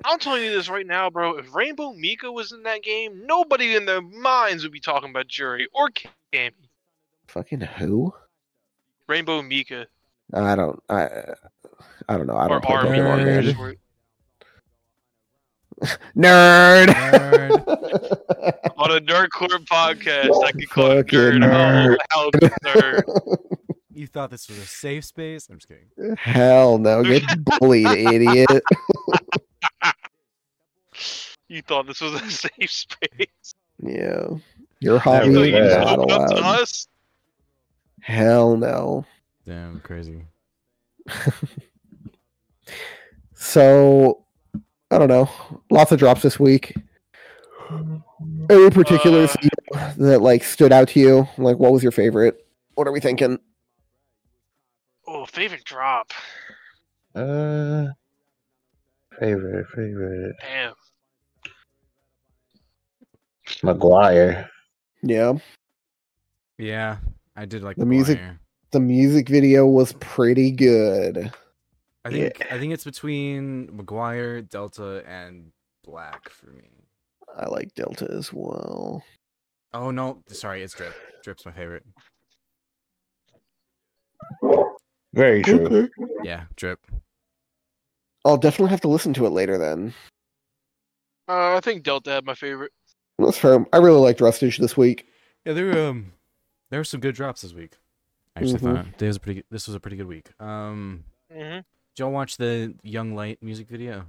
[SPEAKER 4] I'm telling you this right now, bro. If Rainbow Mika was in that game, nobody in their minds would be talking about Jury or Cammy.
[SPEAKER 2] fucking who?
[SPEAKER 4] Rainbow Mika
[SPEAKER 2] I don't. I. I don't know. I
[SPEAKER 4] or
[SPEAKER 2] don't play
[SPEAKER 4] Army.
[SPEAKER 2] Pokemon,
[SPEAKER 4] or
[SPEAKER 1] Nerd.
[SPEAKER 2] man.
[SPEAKER 4] short.
[SPEAKER 2] Nerd.
[SPEAKER 1] Nerd.
[SPEAKER 4] On a Nerd Corp podcast, I could call it
[SPEAKER 2] Fucking nerd.
[SPEAKER 4] Nerd. Oh, hell, nerd.
[SPEAKER 1] you thought this was a safe space? I'm just kidding.
[SPEAKER 2] Hell no! Get bullied, idiot.
[SPEAKER 4] You thought this was a safe space.
[SPEAKER 2] Yeah. Your hobby
[SPEAKER 3] Yeah,
[SPEAKER 4] So
[SPEAKER 2] is
[SPEAKER 4] you just
[SPEAKER 3] yeah.
[SPEAKER 2] not
[SPEAKER 4] open up to
[SPEAKER 2] allowed.
[SPEAKER 4] us?
[SPEAKER 2] Hell no.
[SPEAKER 1] Damn, crazy.
[SPEAKER 2] So I don't know. Lots of drops this week. Any particulars that like stood out to you? Like what was your favorite? What are we thinking?
[SPEAKER 4] Oh, favorite drop.
[SPEAKER 3] Uh, favorite, favorite.
[SPEAKER 4] Damn.
[SPEAKER 3] McGuire.
[SPEAKER 2] Yeah.
[SPEAKER 1] Yeah, I did like
[SPEAKER 2] The music-
[SPEAKER 1] choir.
[SPEAKER 2] The music video was pretty good.
[SPEAKER 1] I
[SPEAKER 2] Yeah.
[SPEAKER 1] think I think it's between McGuire, Delta, and Black for me.
[SPEAKER 2] I like Delta as well.
[SPEAKER 1] Oh no, sorry, it's Drip. Drip's my favorite.
[SPEAKER 3] Very true.
[SPEAKER 2] Okay.
[SPEAKER 1] Yeah, Drip.
[SPEAKER 2] I'll definitely have to listen to it later then.
[SPEAKER 4] Uh, I think Delta had my favorite.
[SPEAKER 2] That's fair. I really liked Rustage this week.
[SPEAKER 1] Yeah, there were, um there were some good drops this week. I actually
[SPEAKER 2] Mhm.
[SPEAKER 1] thought this was a pretty good, this was a pretty good week. Um
[SPEAKER 4] Mm-hmm.
[SPEAKER 1] did y'all watch the Young Light music video?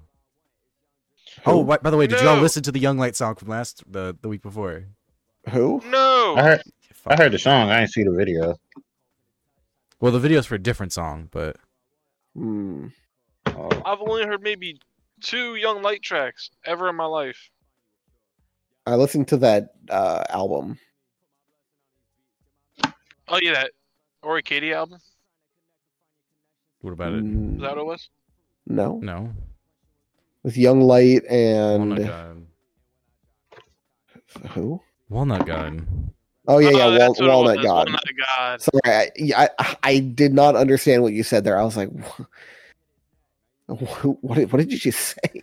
[SPEAKER 1] Oh, wha- by the way, did y'all
[SPEAKER 4] No.
[SPEAKER 1] listen to the Young Light song from last the, the week before?
[SPEAKER 2] Who?
[SPEAKER 4] No.
[SPEAKER 3] I heard, I
[SPEAKER 1] Fuck.
[SPEAKER 3] heard the song. I didn't see the video.
[SPEAKER 1] Well, the video's for a different song, but
[SPEAKER 2] Hmm.
[SPEAKER 3] Oh,
[SPEAKER 4] I've only heard maybe two Young Light tracks ever in my life.
[SPEAKER 2] I listened to that uh, album.
[SPEAKER 4] Oh yeah, that Ori Katie album.
[SPEAKER 1] what about it?
[SPEAKER 4] Is that what it was?
[SPEAKER 2] Hmm. No,
[SPEAKER 1] No.
[SPEAKER 2] with Young Light
[SPEAKER 1] Walnut
[SPEAKER 2] and uh,
[SPEAKER 1] Gun.
[SPEAKER 2] who?
[SPEAKER 1] Walnut Gun.
[SPEAKER 2] Oh yeah,
[SPEAKER 4] Oh,
[SPEAKER 2] yeah, Wal-
[SPEAKER 4] that's what it
[SPEAKER 2] Walnut
[SPEAKER 4] was,
[SPEAKER 2] God.
[SPEAKER 4] Walnut God.
[SPEAKER 2] Sorry, I, yeah, I I did not understand what you said there. I was like, what? What did, what did you just say?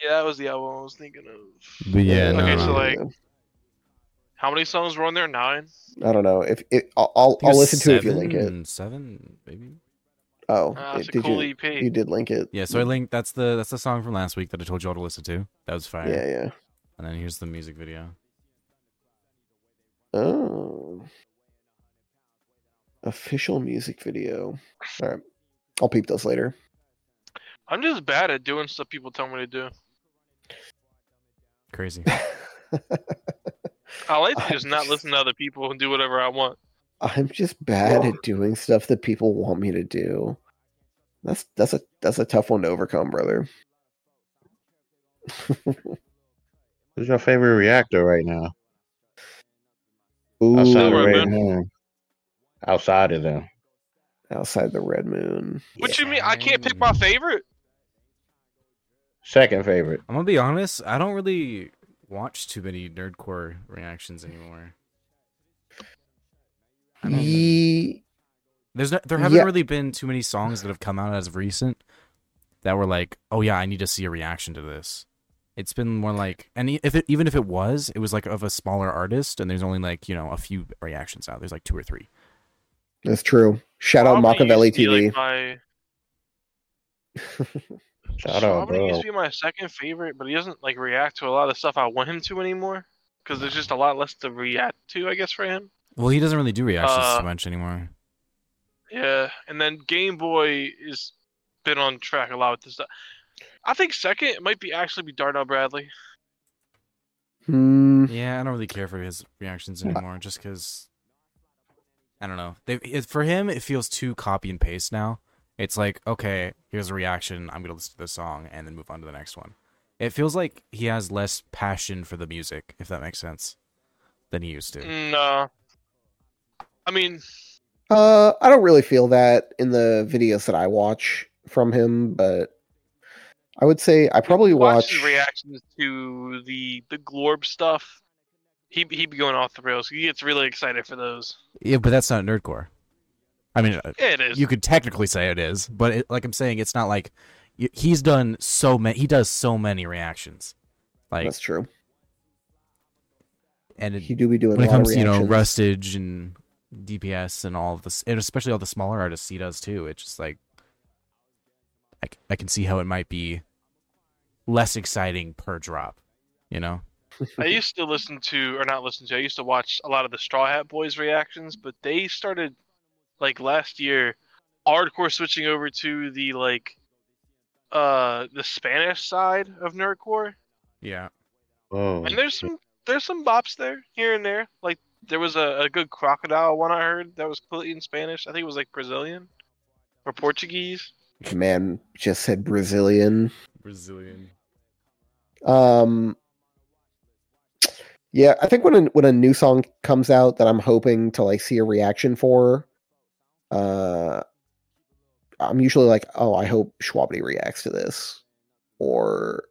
[SPEAKER 4] Yeah, that was the album I was thinking of.
[SPEAKER 1] But yeah, no.
[SPEAKER 4] Okay, so
[SPEAKER 1] no.
[SPEAKER 4] like- How many songs were on there? Nine.
[SPEAKER 2] I don't know if it. I'll
[SPEAKER 1] I
[SPEAKER 2] I'll,
[SPEAKER 1] think
[SPEAKER 2] I'll
[SPEAKER 1] it's
[SPEAKER 2] listen to it if you link it.
[SPEAKER 1] seven- Seven, maybe.
[SPEAKER 2] Oh,
[SPEAKER 4] Uh,
[SPEAKER 2] it-
[SPEAKER 4] it's a
[SPEAKER 2] did
[SPEAKER 4] cool
[SPEAKER 2] you?
[SPEAKER 4] EP.
[SPEAKER 2] You did link it.
[SPEAKER 1] Yeah, so I linked. That's the that's the song from last week that I told you all to listen to. That was fire.
[SPEAKER 2] Yeah, yeah.
[SPEAKER 1] And then here's the music video.
[SPEAKER 2] Oh, official music video. All right, I'll peep those later.
[SPEAKER 4] I'm just bad at doing stuff people tell me to do.
[SPEAKER 1] Crazy.
[SPEAKER 4] I like to just not listen to other people and do whatever I want.
[SPEAKER 2] I'm just bad at doing stuff that people want me to do. That's that's a that's a tough one to overcome, brother.
[SPEAKER 3] who's your favorite reactor right now?
[SPEAKER 2] Ooh,
[SPEAKER 3] Outside of
[SPEAKER 4] Ooh.
[SPEAKER 3] Red Moon. Outside of them.
[SPEAKER 2] outside the red moon.
[SPEAKER 4] What you mean? I can't pick my favorite.
[SPEAKER 3] Second favorite.
[SPEAKER 1] I'm gonna be honest. I don't really watch too many nerdcore reactions anymore. I don't know.
[SPEAKER 2] Ye-
[SPEAKER 1] There's no, there haven't
[SPEAKER 2] Yeah.
[SPEAKER 1] really been too many songs that have come out as of recent that were like, oh yeah, I need to see a reaction to this. It's been more like, and e- if it, even if it was, it was like of a smaller artist, and there's only like you know a few reactions out. There's like two or three.
[SPEAKER 2] that's true. Shout out
[SPEAKER 4] Probably
[SPEAKER 2] Machiavelli
[SPEAKER 3] E
[SPEAKER 4] used to be,
[SPEAKER 2] TV.
[SPEAKER 4] like, my-
[SPEAKER 3] Shout
[SPEAKER 4] so
[SPEAKER 3] out,
[SPEAKER 4] Robin used
[SPEAKER 3] bro.
[SPEAKER 4] to be my second favorite, but he doesn't like react to a lot of stuff I want him to anymore. Because there's just a lot less to react to, I guess, for him.
[SPEAKER 1] Well, he doesn't really do reactions
[SPEAKER 4] Uh,
[SPEAKER 1] too much anymore.
[SPEAKER 4] Yeah, and then Game Boy is been on track a lot with this stuff. I think second it might be actually be Darnell Bradley.
[SPEAKER 2] Hmm.
[SPEAKER 1] Yeah, I don't really care for his reactions anymore, just because I don't know. They, it, for him, it feels too copy and paste now, It's like, okay, here's a reaction. I'm gonna listen to this song and then move on to the next one. It feels like he has less passion for the music, if that makes sense, than he used to.
[SPEAKER 4] Mm. No. I mean,
[SPEAKER 2] Uh, I don't really feel that in the videos that I watch from him, but I would say I probably
[SPEAKER 4] watch his
[SPEAKER 2] watch.
[SPEAKER 4] reactions to the the Glorb stuff. He he'd be going off the rails. He gets really excited for those.
[SPEAKER 1] Yeah, but that's not nerdcore. I mean, uh,
[SPEAKER 4] Yeah, it is.
[SPEAKER 1] you could technically say it is, but it, like I'm saying, it's not like y- he's done so many. He does so many reactions, like
[SPEAKER 2] That's true.
[SPEAKER 1] and it,
[SPEAKER 2] He do be doing
[SPEAKER 1] when
[SPEAKER 2] a
[SPEAKER 1] it
[SPEAKER 2] lot
[SPEAKER 1] comes
[SPEAKER 2] of
[SPEAKER 1] to you know
[SPEAKER 2] reactions.
[SPEAKER 1] rustage and dps and all of this and especially all the smaller artists he does too it's just like I, c- I can see how it might be less exciting per drop you know
[SPEAKER 4] I used to listen to, or not listen to, I used to watch a lot of the Straw Hat Boys reactions, but they started, like, last year, hardcore switching over to the, like, uh, the Spanish side of Nerdcore.
[SPEAKER 1] yeah
[SPEAKER 3] Oh,
[SPEAKER 4] And there's some, there's some bops there, here and there. Like, there was a, a good crocodile one I heard that was completely in Spanish. I think it was, like, Brazilian or Portuguese.
[SPEAKER 2] Man just said Brazilian.
[SPEAKER 1] brazilian
[SPEAKER 2] Um, yeah, I think when a, when a new song comes out that I'm hoping to like see a reaction for, uh, I'm usually like, oh, I hope Schwabity reacts to this, or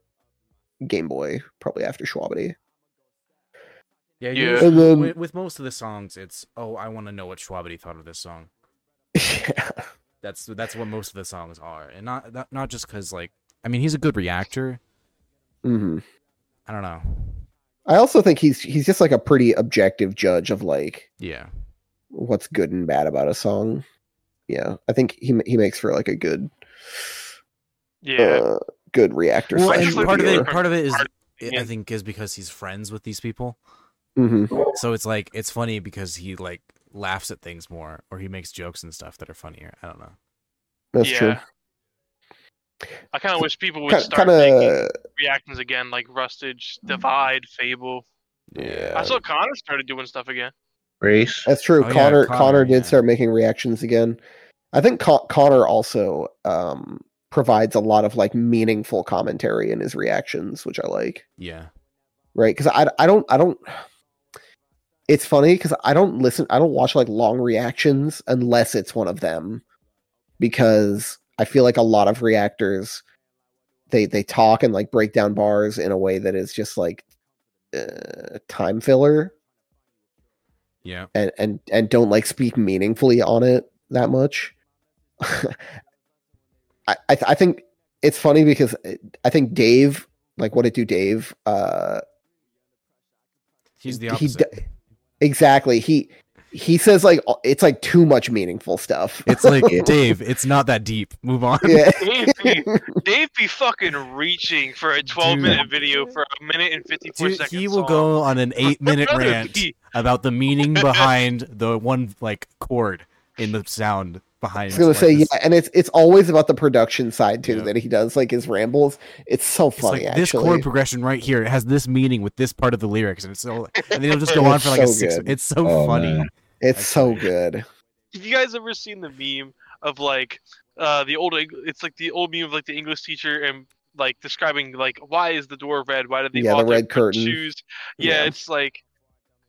[SPEAKER 2] Game Boy probably after Schwabity.
[SPEAKER 1] yeah,
[SPEAKER 4] Yeah.
[SPEAKER 1] usually
[SPEAKER 2] And then-
[SPEAKER 1] with, with most of the songs it's oh i want to know what schwabity thought of this song
[SPEAKER 2] yeah,
[SPEAKER 1] that's that's what most of the songs are and not that, not just because like i mean he's a good reactor
[SPEAKER 2] hmm
[SPEAKER 1] i don't know
[SPEAKER 2] I also think he's he's just like a pretty objective judge of like
[SPEAKER 1] yeah
[SPEAKER 2] what's good and bad about a song. Yeah, I think he ma- he makes for like a good
[SPEAKER 4] Yeah.
[SPEAKER 2] uh, good reactor.
[SPEAKER 1] well,
[SPEAKER 4] slash
[SPEAKER 1] and part of it
[SPEAKER 4] reviewer.
[SPEAKER 1] part of it is i
[SPEAKER 4] Yeah.
[SPEAKER 1] think is because he's friends with these people
[SPEAKER 2] hmm
[SPEAKER 1] So it's like it's funny because he like laughs at things more, or he makes jokes and stuff that are funnier. I don't know.
[SPEAKER 2] That's
[SPEAKER 4] yeah.
[SPEAKER 2] true.
[SPEAKER 4] I kind of wish people would
[SPEAKER 2] Kind
[SPEAKER 4] start making
[SPEAKER 2] of.
[SPEAKER 4] reactions again, like Rustage, Divide, Fable. I
[SPEAKER 2] Yeah.
[SPEAKER 4] saw Connor started doing stuff again.
[SPEAKER 3] Grace.
[SPEAKER 2] That's true.
[SPEAKER 1] Oh, yeah,
[SPEAKER 2] Connor,
[SPEAKER 1] Connor,
[SPEAKER 2] Connor did
[SPEAKER 1] yeah.
[SPEAKER 2] start making reactions again. I think Con- Connor also um, provides a lot of like meaningful commentary in his reactions, which I like.
[SPEAKER 1] Yeah.
[SPEAKER 2] Right? Because I, I don't I don't. It's funny because I don't listen. I don't watch like long reactions unless it's one of them, because I feel like a lot of reactors, they they talk and like break down bars in a way that is just like uh, time filler
[SPEAKER 1] Yeah.
[SPEAKER 2] and and and don't like speak meaningfully on it that much. I I, th- I think it's funny because it- I think Dave, like what it do Dave, uh,
[SPEAKER 1] He's the
[SPEAKER 2] He
[SPEAKER 1] opposite.
[SPEAKER 2] d- exactly he he says like uh, it's like too much meaningful stuff.
[SPEAKER 1] it's like Dave. It's not that deep. Move on.
[SPEAKER 2] yeah,
[SPEAKER 4] Dave be, Dave be fucking reaching for a 12
[SPEAKER 1] Dude.
[SPEAKER 4] minute video for a minute and 54
[SPEAKER 1] Dude,
[SPEAKER 4] seconds.
[SPEAKER 1] he will go on an eight-minute rant about the meaning behind the one like chord in the sound behind.
[SPEAKER 2] I was gonna say yeah,
[SPEAKER 1] this-
[SPEAKER 2] and it's it's always about the production side too
[SPEAKER 1] Yeah.
[SPEAKER 2] that he does like his rambles. It's so
[SPEAKER 1] It's like
[SPEAKER 2] funny
[SPEAKER 1] this
[SPEAKER 2] actually.
[SPEAKER 1] chord progression right here it has this meaning with this part of the lyrics, and it's so and they'll just go on for like a
[SPEAKER 2] So
[SPEAKER 1] six.
[SPEAKER 2] good.
[SPEAKER 1] It's so
[SPEAKER 3] Oh,
[SPEAKER 1] funny.
[SPEAKER 3] man.
[SPEAKER 2] it's so
[SPEAKER 1] actually.
[SPEAKER 2] good.
[SPEAKER 4] Have you guys ever seen the meme of like uh, the old? Eng- It's like the old meme of like the English teacher and like describing like why is the door red? Why did they
[SPEAKER 2] Yeah, the
[SPEAKER 4] author
[SPEAKER 2] red
[SPEAKER 4] put
[SPEAKER 2] curtain.
[SPEAKER 4] shoes? Yeah,
[SPEAKER 2] Yeah.
[SPEAKER 4] it's like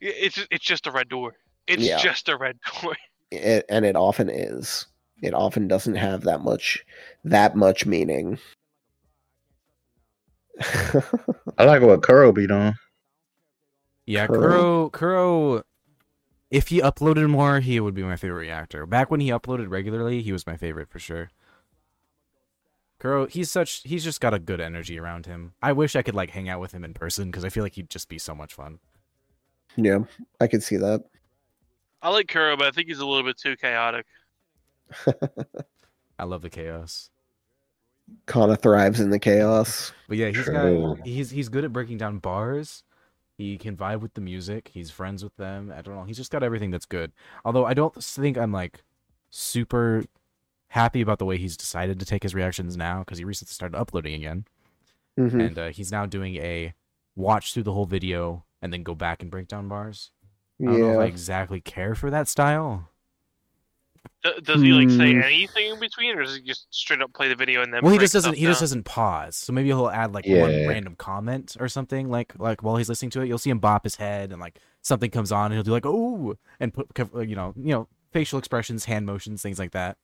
[SPEAKER 4] i- it's ju- it's just a red door. It's
[SPEAKER 2] Yeah.
[SPEAKER 4] just a red door.
[SPEAKER 2] it, and it often is. It often doesn't have that much that much meaning.
[SPEAKER 3] I like what Kuro be doing.
[SPEAKER 1] Yeah, Kuro.
[SPEAKER 2] Kuro.
[SPEAKER 1] Kuro. If he uploaded more, he would be my favorite reactor. Back when he uploaded regularly, he was my favorite for sure. Kuro, he's such. He's just got a good energy around him. I wish I could like hang out with him in person because I feel like he'd just be so much fun.
[SPEAKER 2] yeah, I could see that.
[SPEAKER 4] I like Kuro, but I think he's a little bit too chaotic.
[SPEAKER 1] I love the chaos.
[SPEAKER 2] Kana thrives in the chaos.
[SPEAKER 1] But yeah, he's
[SPEAKER 3] True.
[SPEAKER 1] got. He's he's good at breaking down bars. He can vibe with the music. He's friends with them. I don't know. He's just got everything that's good. Although I don't think I'm like super happy about the way he's decided to take his reactions now because he recently started uploading again.
[SPEAKER 2] Mhm.
[SPEAKER 1] and uh, he's now doing a watch through the whole video and then go back and break down bars. I don't know if I
[SPEAKER 2] Yeah,
[SPEAKER 1] exactly care for that style.
[SPEAKER 4] D- does he like say
[SPEAKER 2] Hmm.
[SPEAKER 4] anything in between, or does he just straight up play the video and then?
[SPEAKER 1] Well, he
[SPEAKER 4] break
[SPEAKER 1] just doesn't.
[SPEAKER 4] stuff
[SPEAKER 1] He just
[SPEAKER 4] down?
[SPEAKER 1] doesn't pause. So maybe he'll add like one
[SPEAKER 3] Yeah.
[SPEAKER 1] random comment or something. Like like while he's listening to it, you'll see him bop his head and like something comes on and he'll do like oh and put co- you know you know facial expressions, hand motions, things like that.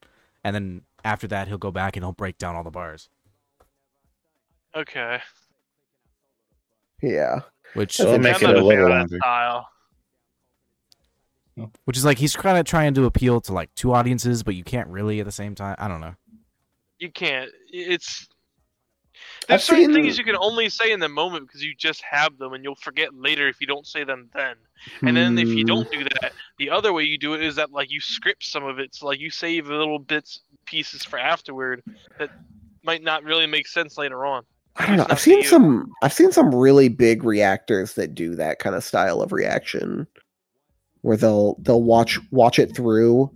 [SPEAKER 1] And then after that, he'll go back and he'll break down all the bars.
[SPEAKER 4] Okay.
[SPEAKER 2] Yeah.
[SPEAKER 1] Which
[SPEAKER 3] So It'll
[SPEAKER 4] I'm
[SPEAKER 3] make it
[SPEAKER 4] not
[SPEAKER 3] a
[SPEAKER 4] fan
[SPEAKER 3] little
[SPEAKER 4] of that
[SPEAKER 3] longer.
[SPEAKER 4] Style.
[SPEAKER 1] which is like he's kind of trying to appeal to like two audiences, but you can't really at the same time. I don't know.
[SPEAKER 4] You can't. It's.
[SPEAKER 2] I've
[SPEAKER 4] There's certain
[SPEAKER 2] seen-
[SPEAKER 4] things you can only say in the moment because you just have them, and you'll forget later if you don't say them then. And then if you
[SPEAKER 2] Hmm.
[SPEAKER 4] don't do that, the other way you do it is that like you script some of it, so like you save little bits pieces for afterward that might not really make sense later on.
[SPEAKER 2] Hmm. I don't know.
[SPEAKER 4] It's up
[SPEAKER 2] I've
[SPEAKER 4] to
[SPEAKER 2] seen
[SPEAKER 4] you.
[SPEAKER 2] some. I've seen some really big reactors that do that kind of style of reaction, where they'll they'll watch watch it through,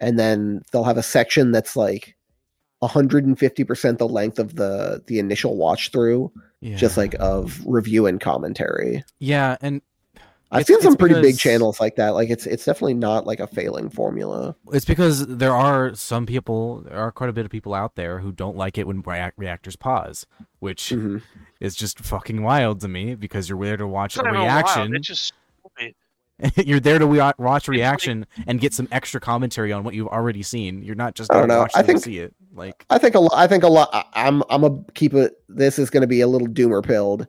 [SPEAKER 2] and then they'll have a section that's like 150 percent the length of the the initial watch through,
[SPEAKER 1] Yeah.
[SPEAKER 2] just like of review and commentary.
[SPEAKER 1] yeah, and
[SPEAKER 2] I've
[SPEAKER 1] It's-
[SPEAKER 2] seen some
[SPEAKER 1] it's
[SPEAKER 2] pretty big
[SPEAKER 1] because-
[SPEAKER 2] channels like that. Like it's it's definitely not like a failing formula.
[SPEAKER 1] it's because there are some people, there are quite a bit of people out there who don't like it when rea- reactors pause, which
[SPEAKER 2] Mhm.
[SPEAKER 1] is just fucking wild to me because you're there to watch
[SPEAKER 4] It's
[SPEAKER 1] a
[SPEAKER 4] not even wild,
[SPEAKER 1] reaction.
[SPEAKER 4] It's just stupid.
[SPEAKER 1] you're there to wa- watch
[SPEAKER 4] like-
[SPEAKER 1] reaction and get some extra commentary on what you've already seen. You're not just
[SPEAKER 2] I
[SPEAKER 1] there
[SPEAKER 2] don't
[SPEAKER 1] to
[SPEAKER 2] know.
[SPEAKER 1] watch
[SPEAKER 2] I
[SPEAKER 1] them
[SPEAKER 2] think-
[SPEAKER 1] see it. Like
[SPEAKER 2] I think a lot. I think a lot. I- I'm I'm a keep it. This is going to be a little doomer pilled.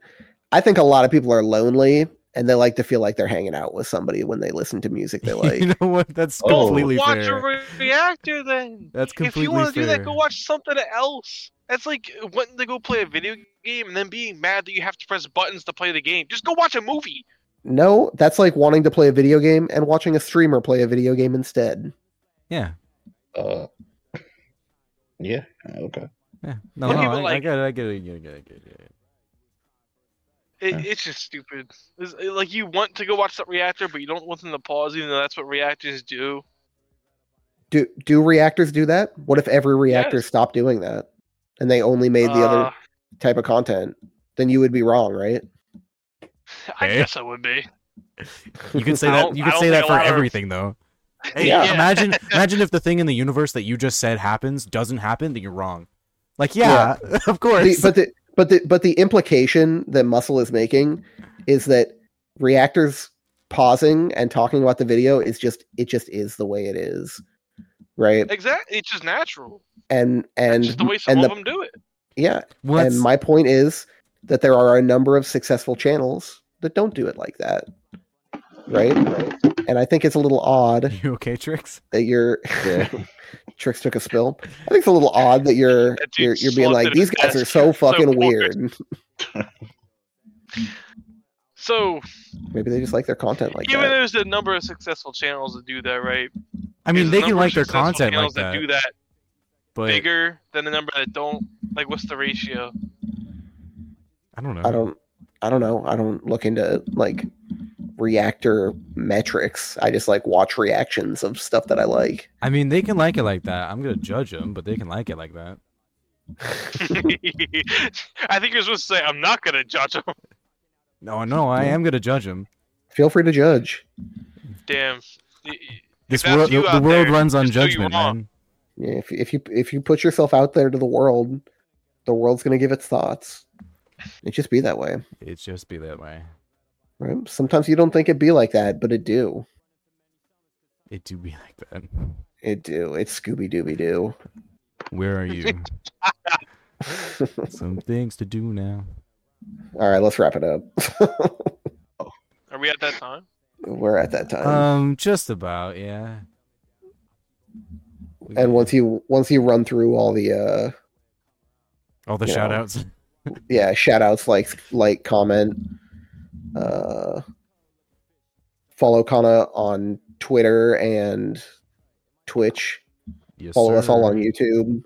[SPEAKER 2] I think a lot of people are lonely and they like to feel like they're hanging out with somebody when they listen to music they like.
[SPEAKER 1] you know what? That's
[SPEAKER 3] Oh.
[SPEAKER 1] completely
[SPEAKER 4] watch
[SPEAKER 1] fair.
[SPEAKER 4] a re- reactor then.
[SPEAKER 1] That's
[SPEAKER 4] If
[SPEAKER 1] completely
[SPEAKER 4] you want to do
[SPEAKER 1] fair.
[SPEAKER 4] that, go watch something else. That's like wanting to go play a video game and then being mad that you have to press buttons to play the game. Just go watch a movie.
[SPEAKER 2] No, that's like wanting to play a video game and watching a streamer play a video game instead.
[SPEAKER 1] Yeah.
[SPEAKER 3] Uh, yeah. Okay.
[SPEAKER 1] Yeah. No,
[SPEAKER 4] Yeah,
[SPEAKER 1] no,
[SPEAKER 4] people
[SPEAKER 1] I, I
[SPEAKER 4] like-
[SPEAKER 1] get it. I get it. I get it. I get it, I get it.
[SPEAKER 4] It,
[SPEAKER 3] Yeah.
[SPEAKER 4] It's just stupid. It's, it- like you want to go watch that reactor, but you don't want them to pause, even though that's what reactors do.
[SPEAKER 2] Do do reactors do that? What if every reactor
[SPEAKER 4] Yes.
[SPEAKER 2] stopped doing that and they only made the
[SPEAKER 4] Uh,
[SPEAKER 2] other type of content? Then you would be wrong, right?
[SPEAKER 4] I
[SPEAKER 1] Hey.
[SPEAKER 4] guess I would be.
[SPEAKER 1] You could say
[SPEAKER 4] I
[SPEAKER 1] that.
[SPEAKER 4] don't-
[SPEAKER 1] You
[SPEAKER 4] I
[SPEAKER 1] could
[SPEAKER 4] don't
[SPEAKER 1] say
[SPEAKER 4] think
[SPEAKER 1] that
[SPEAKER 4] a
[SPEAKER 1] for
[SPEAKER 4] lot of-
[SPEAKER 1] everything, though. Hey,
[SPEAKER 2] Yeah.
[SPEAKER 1] Imagine, imagine if the thing in the universe that you just said happens doesn't happen, then you're wrong. Like, yeah, of
[SPEAKER 2] the,
[SPEAKER 1] course.
[SPEAKER 2] but the but the but the implication that muscle is making is that reactors pausing and talking about the video is just it just is the way it is right
[SPEAKER 4] Exactly. It's just natural.
[SPEAKER 2] and and
[SPEAKER 4] It's just the way some
[SPEAKER 2] and
[SPEAKER 4] of
[SPEAKER 2] the-
[SPEAKER 4] them do it.
[SPEAKER 2] yeah
[SPEAKER 1] What's-
[SPEAKER 2] and my point is that there are a number of successful channels that don't do it like that right and i think it's a little odd
[SPEAKER 1] you okay, tricks?
[SPEAKER 2] that you're
[SPEAKER 3] Yeah.
[SPEAKER 2] tricks took a spill i think it's a little odd that you're
[SPEAKER 4] That dude
[SPEAKER 2] you're, you're being
[SPEAKER 4] slumped
[SPEAKER 2] like
[SPEAKER 4] at
[SPEAKER 2] these
[SPEAKER 4] his
[SPEAKER 2] guys are
[SPEAKER 4] desk.
[SPEAKER 2] so
[SPEAKER 4] So
[SPEAKER 2] fucking
[SPEAKER 4] bored."
[SPEAKER 2] weird
[SPEAKER 4] So
[SPEAKER 2] maybe they just like their content like
[SPEAKER 4] even
[SPEAKER 2] that
[SPEAKER 4] there's a number of successful channels that do that, right?
[SPEAKER 1] I mean,
[SPEAKER 4] There's a
[SPEAKER 1] they can
[SPEAKER 4] number of
[SPEAKER 1] like their
[SPEAKER 4] successful
[SPEAKER 1] content like
[SPEAKER 4] channels
[SPEAKER 1] that,
[SPEAKER 4] do that
[SPEAKER 1] but
[SPEAKER 4] bigger than the number that don't. Like, what's the ratio?
[SPEAKER 1] I don't know.
[SPEAKER 2] I don't I don't know. I don't look into like reactor metrics. I just like watch reactions of stuff that I like.
[SPEAKER 1] I mean, they can like it like that. I'm gonna judge them, but they can like it like that.
[SPEAKER 4] I think you're supposed to say, "I'm not gonna judge them."
[SPEAKER 1] No, no, I am gonna judge them.
[SPEAKER 2] Feel free to judge.
[SPEAKER 4] Damn. Y- y-
[SPEAKER 1] This
[SPEAKER 4] that's
[SPEAKER 1] world, the,
[SPEAKER 4] you
[SPEAKER 1] the
[SPEAKER 4] out
[SPEAKER 1] world
[SPEAKER 4] there,
[SPEAKER 1] runs on
[SPEAKER 4] just do you
[SPEAKER 1] judgment,
[SPEAKER 4] wrong.
[SPEAKER 1] man.
[SPEAKER 2] Yeah, If if you if you put yourself out there to the world, the world's going to give its thoughts. It just be that way,
[SPEAKER 1] It's just be that way.
[SPEAKER 2] right? Sometimes you don't think it be like that, but it do.
[SPEAKER 1] It do be like that.
[SPEAKER 2] It do. It's Scooby Dooby Doo.
[SPEAKER 1] Where are you? Some things to do now.
[SPEAKER 2] All right, let's wrap it up.
[SPEAKER 4] Are we at that time?
[SPEAKER 2] We're at that time.
[SPEAKER 1] Um, just about, yeah. We
[SPEAKER 2] and
[SPEAKER 1] got
[SPEAKER 2] once you once you run through all the uh
[SPEAKER 1] all the
[SPEAKER 2] you know,
[SPEAKER 1] shout outs.
[SPEAKER 2] yeah shout outs like like comment uh follow kana on twitter and twitch
[SPEAKER 1] Yes,
[SPEAKER 2] follow us all
[SPEAKER 1] sir.
[SPEAKER 2] on youtube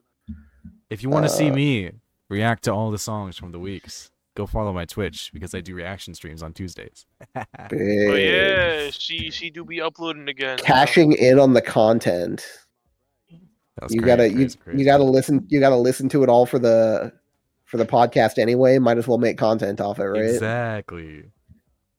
[SPEAKER 1] If you want to see
[SPEAKER 2] uh,
[SPEAKER 1] me react to all the songs from the weeks, go follow my Twitch because I do reaction streams on Tuesdays.
[SPEAKER 4] Oh
[SPEAKER 2] Big.
[SPEAKER 4] yeah, she she do be uploading again. so-
[SPEAKER 2] cashing in on the content
[SPEAKER 1] That was
[SPEAKER 2] you
[SPEAKER 1] crazy,
[SPEAKER 2] gotta
[SPEAKER 1] crazy,
[SPEAKER 2] you,
[SPEAKER 1] crazy.
[SPEAKER 2] you gotta listen you gotta listen to it all for the for the podcast anyway might as well make content off it right
[SPEAKER 1] Exactly.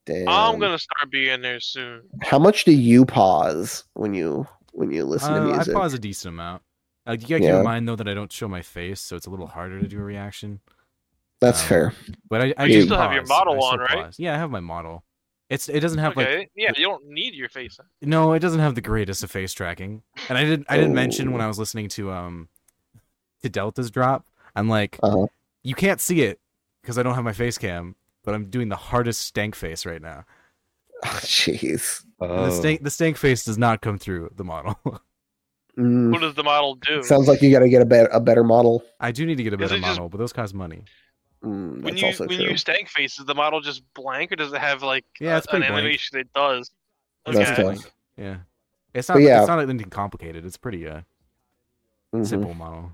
[SPEAKER 2] Damn.
[SPEAKER 4] I'm gonna start being there soon.
[SPEAKER 2] how much do you pause when you when you listen
[SPEAKER 1] Uh,
[SPEAKER 2] to
[SPEAKER 1] I
[SPEAKER 2] music.
[SPEAKER 1] pause a decent amount. Uh, you gotta keep
[SPEAKER 2] Yeah.
[SPEAKER 1] in mind though that I don't show my face, so it's a little harder to do a reaction.
[SPEAKER 2] That's
[SPEAKER 1] um,
[SPEAKER 2] fair.
[SPEAKER 1] But I, I
[SPEAKER 2] You
[SPEAKER 1] do
[SPEAKER 4] still have your
[SPEAKER 1] pause.
[SPEAKER 4] model
[SPEAKER 1] I still
[SPEAKER 4] on, right?
[SPEAKER 1] pause. Yeah, I have my model. It's it doesn't have like
[SPEAKER 4] Okay. yeah, you don't need your face.
[SPEAKER 1] no, it doesn't have the greatest of face tracking. And I didn't I didn't mention when
[SPEAKER 2] Oh.
[SPEAKER 1] I was listening to um to Delta's drop. I'm like
[SPEAKER 2] Uh-huh.
[SPEAKER 1] you can't see it because I don't have my face cam, but I'm doing the hardest stank face right now.
[SPEAKER 2] Oh, Jeez.
[SPEAKER 1] And
[SPEAKER 3] Oh.
[SPEAKER 1] The stank the stank face does not come through the model.
[SPEAKER 2] Mm,
[SPEAKER 4] What does the model do?
[SPEAKER 2] sounds like you got to get a, bet a better model.
[SPEAKER 1] I do need to get a
[SPEAKER 4] Is
[SPEAKER 1] better
[SPEAKER 4] it just-
[SPEAKER 1] model, but those cost money.
[SPEAKER 2] Mm,
[SPEAKER 4] when
[SPEAKER 2] that's
[SPEAKER 4] you
[SPEAKER 2] also
[SPEAKER 4] when
[SPEAKER 2] true.
[SPEAKER 4] you stank face, is the model just blank or does it have like
[SPEAKER 1] Yeah,
[SPEAKER 4] a-
[SPEAKER 1] it's
[SPEAKER 4] an
[SPEAKER 1] pretty blank.
[SPEAKER 4] animation that does?
[SPEAKER 1] It's
[SPEAKER 2] That's
[SPEAKER 4] Okay.
[SPEAKER 1] pretty
[SPEAKER 2] tough.
[SPEAKER 1] blank. Yeah. It's
[SPEAKER 2] But
[SPEAKER 1] not
[SPEAKER 2] yeah.
[SPEAKER 1] it's not anything complicated. It's pretty uh
[SPEAKER 2] Mhm.
[SPEAKER 1] simple model.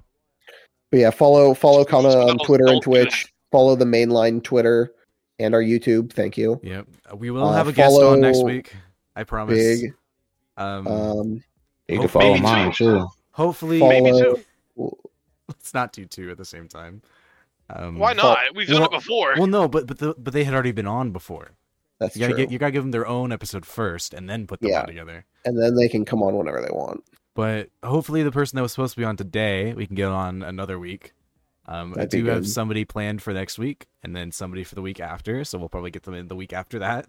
[SPEAKER 2] But yeah, follow follow Kana on
[SPEAKER 4] Don't-
[SPEAKER 2] Twitter and
[SPEAKER 4] don't do
[SPEAKER 2] Twitch. Follow the mainline Twitter and our YouTube. Thank you.
[SPEAKER 1] Yep. We will
[SPEAKER 2] Uh,
[SPEAKER 1] have a guest on next
[SPEAKER 2] follow
[SPEAKER 1] week. I promise.
[SPEAKER 2] Big.
[SPEAKER 1] Um
[SPEAKER 2] Um,
[SPEAKER 3] You
[SPEAKER 1] Oh,
[SPEAKER 3] can follow
[SPEAKER 4] maybe
[SPEAKER 3] mine too.
[SPEAKER 1] hopefully
[SPEAKER 4] Maybe
[SPEAKER 2] follow-
[SPEAKER 4] too.
[SPEAKER 1] let's not do two at the same time. Um
[SPEAKER 4] Why not? We've done
[SPEAKER 1] well-
[SPEAKER 4] it before.
[SPEAKER 1] Well no, but but the, but they had already been on before.
[SPEAKER 2] That's
[SPEAKER 1] You gotta
[SPEAKER 2] true.
[SPEAKER 1] get you gotta give them their own episode first and then put them
[SPEAKER 2] Yeah.
[SPEAKER 1] on together.
[SPEAKER 2] and then they can come on whenever they want.
[SPEAKER 1] But hopefully the person that was supposed to be on today, we can get on another week. Um, I
[SPEAKER 2] That'd be
[SPEAKER 1] do have
[SPEAKER 2] good.
[SPEAKER 1] somebody planned for next week and then somebody for the week after, so we'll probably get them in the week after that.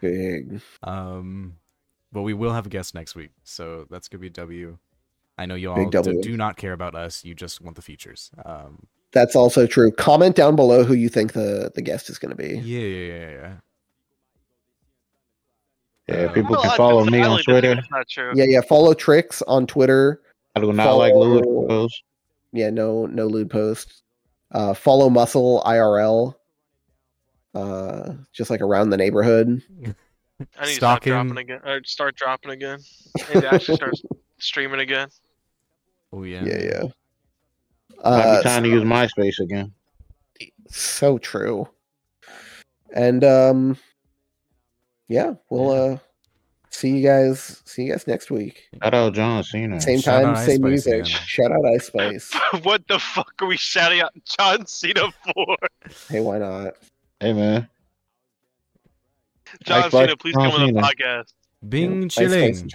[SPEAKER 2] Big.
[SPEAKER 1] Um, but we will have a guest next week, so that's gonna be a W. I know you
[SPEAKER 2] Big
[SPEAKER 1] all do,
[SPEAKER 2] W.
[SPEAKER 1] do not care about us; you just want the features. Um,
[SPEAKER 2] That's also true. Comment down below who you think the, the guest is going to
[SPEAKER 1] yeah,
[SPEAKER 2] be.
[SPEAKER 1] yeah, yeah, yeah.
[SPEAKER 3] Yeah, people
[SPEAKER 4] Well, I-
[SPEAKER 3] can follow me
[SPEAKER 4] I
[SPEAKER 3] on
[SPEAKER 4] like that.
[SPEAKER 3] Twitter.
[SPEAKER 4] That's not true.
[SPEAKER 2] Yeah, yeah. Follow Tricks on Twitter.
[SPEAKER 3] I do not like
[SPEAKER 2] Follow-
[SPEAKER 3] Louis Rose.
[SPEAKER 2] Yeah, no no lewd posts. Uh, follow Muscle IRL. Uh, just like around the neighborhood.
[SPEAKER 4] I
[SPEAKER 1] Stalking.
[SPEAKER 4] need to stop dropping again. Or start dropping again. And actually start streaming again.
[SPEAKER 1] Oh yeah,
[SPEAKER 2] Yeah, yeah.
[SPEAKER 3] Might be
[SPEAKER 2] Uh,
[SPEAKER 3] time to use MySpace again.
[SPEAKER 2] so true. And um, yeah, we'll
[SPEAKER 1] Yeah.
[SPEAKER 2] uh see you guys. See you guys next week.
[SPEAKER 3] Shout out John Cena.
[SPEAKER 2] Same
[SPEAKER 1] shout
[SPEAKER 2] time,
[SPEAKER 1] out
[SPEAKER 2] same
[SPEAKER 1] Ice Spice
[SPEAKER 2] music.
[SPEAKER 1] again.
[SPEAKER 2] Shout out Ice Spice.
[SPEAKER 4] what the fuck are we shouting out John Cena for?
[SPEAKER 2] hey, why not?
[SPEAKER 3] Hey man.
[SPEAKER 4] John
[SPEAKER 3] Ice Spice,
[SPEAKER 4] Cena, please
[SPEAKER 3] John
[SPEAKER 4] come on the
[SPEAKER 3] Cena.
[SPEAKER 4] podcast.
[SPEAKER 1] Bing
[SPEAKER 2] Ice Spice
[SPEAKER 1] chilling.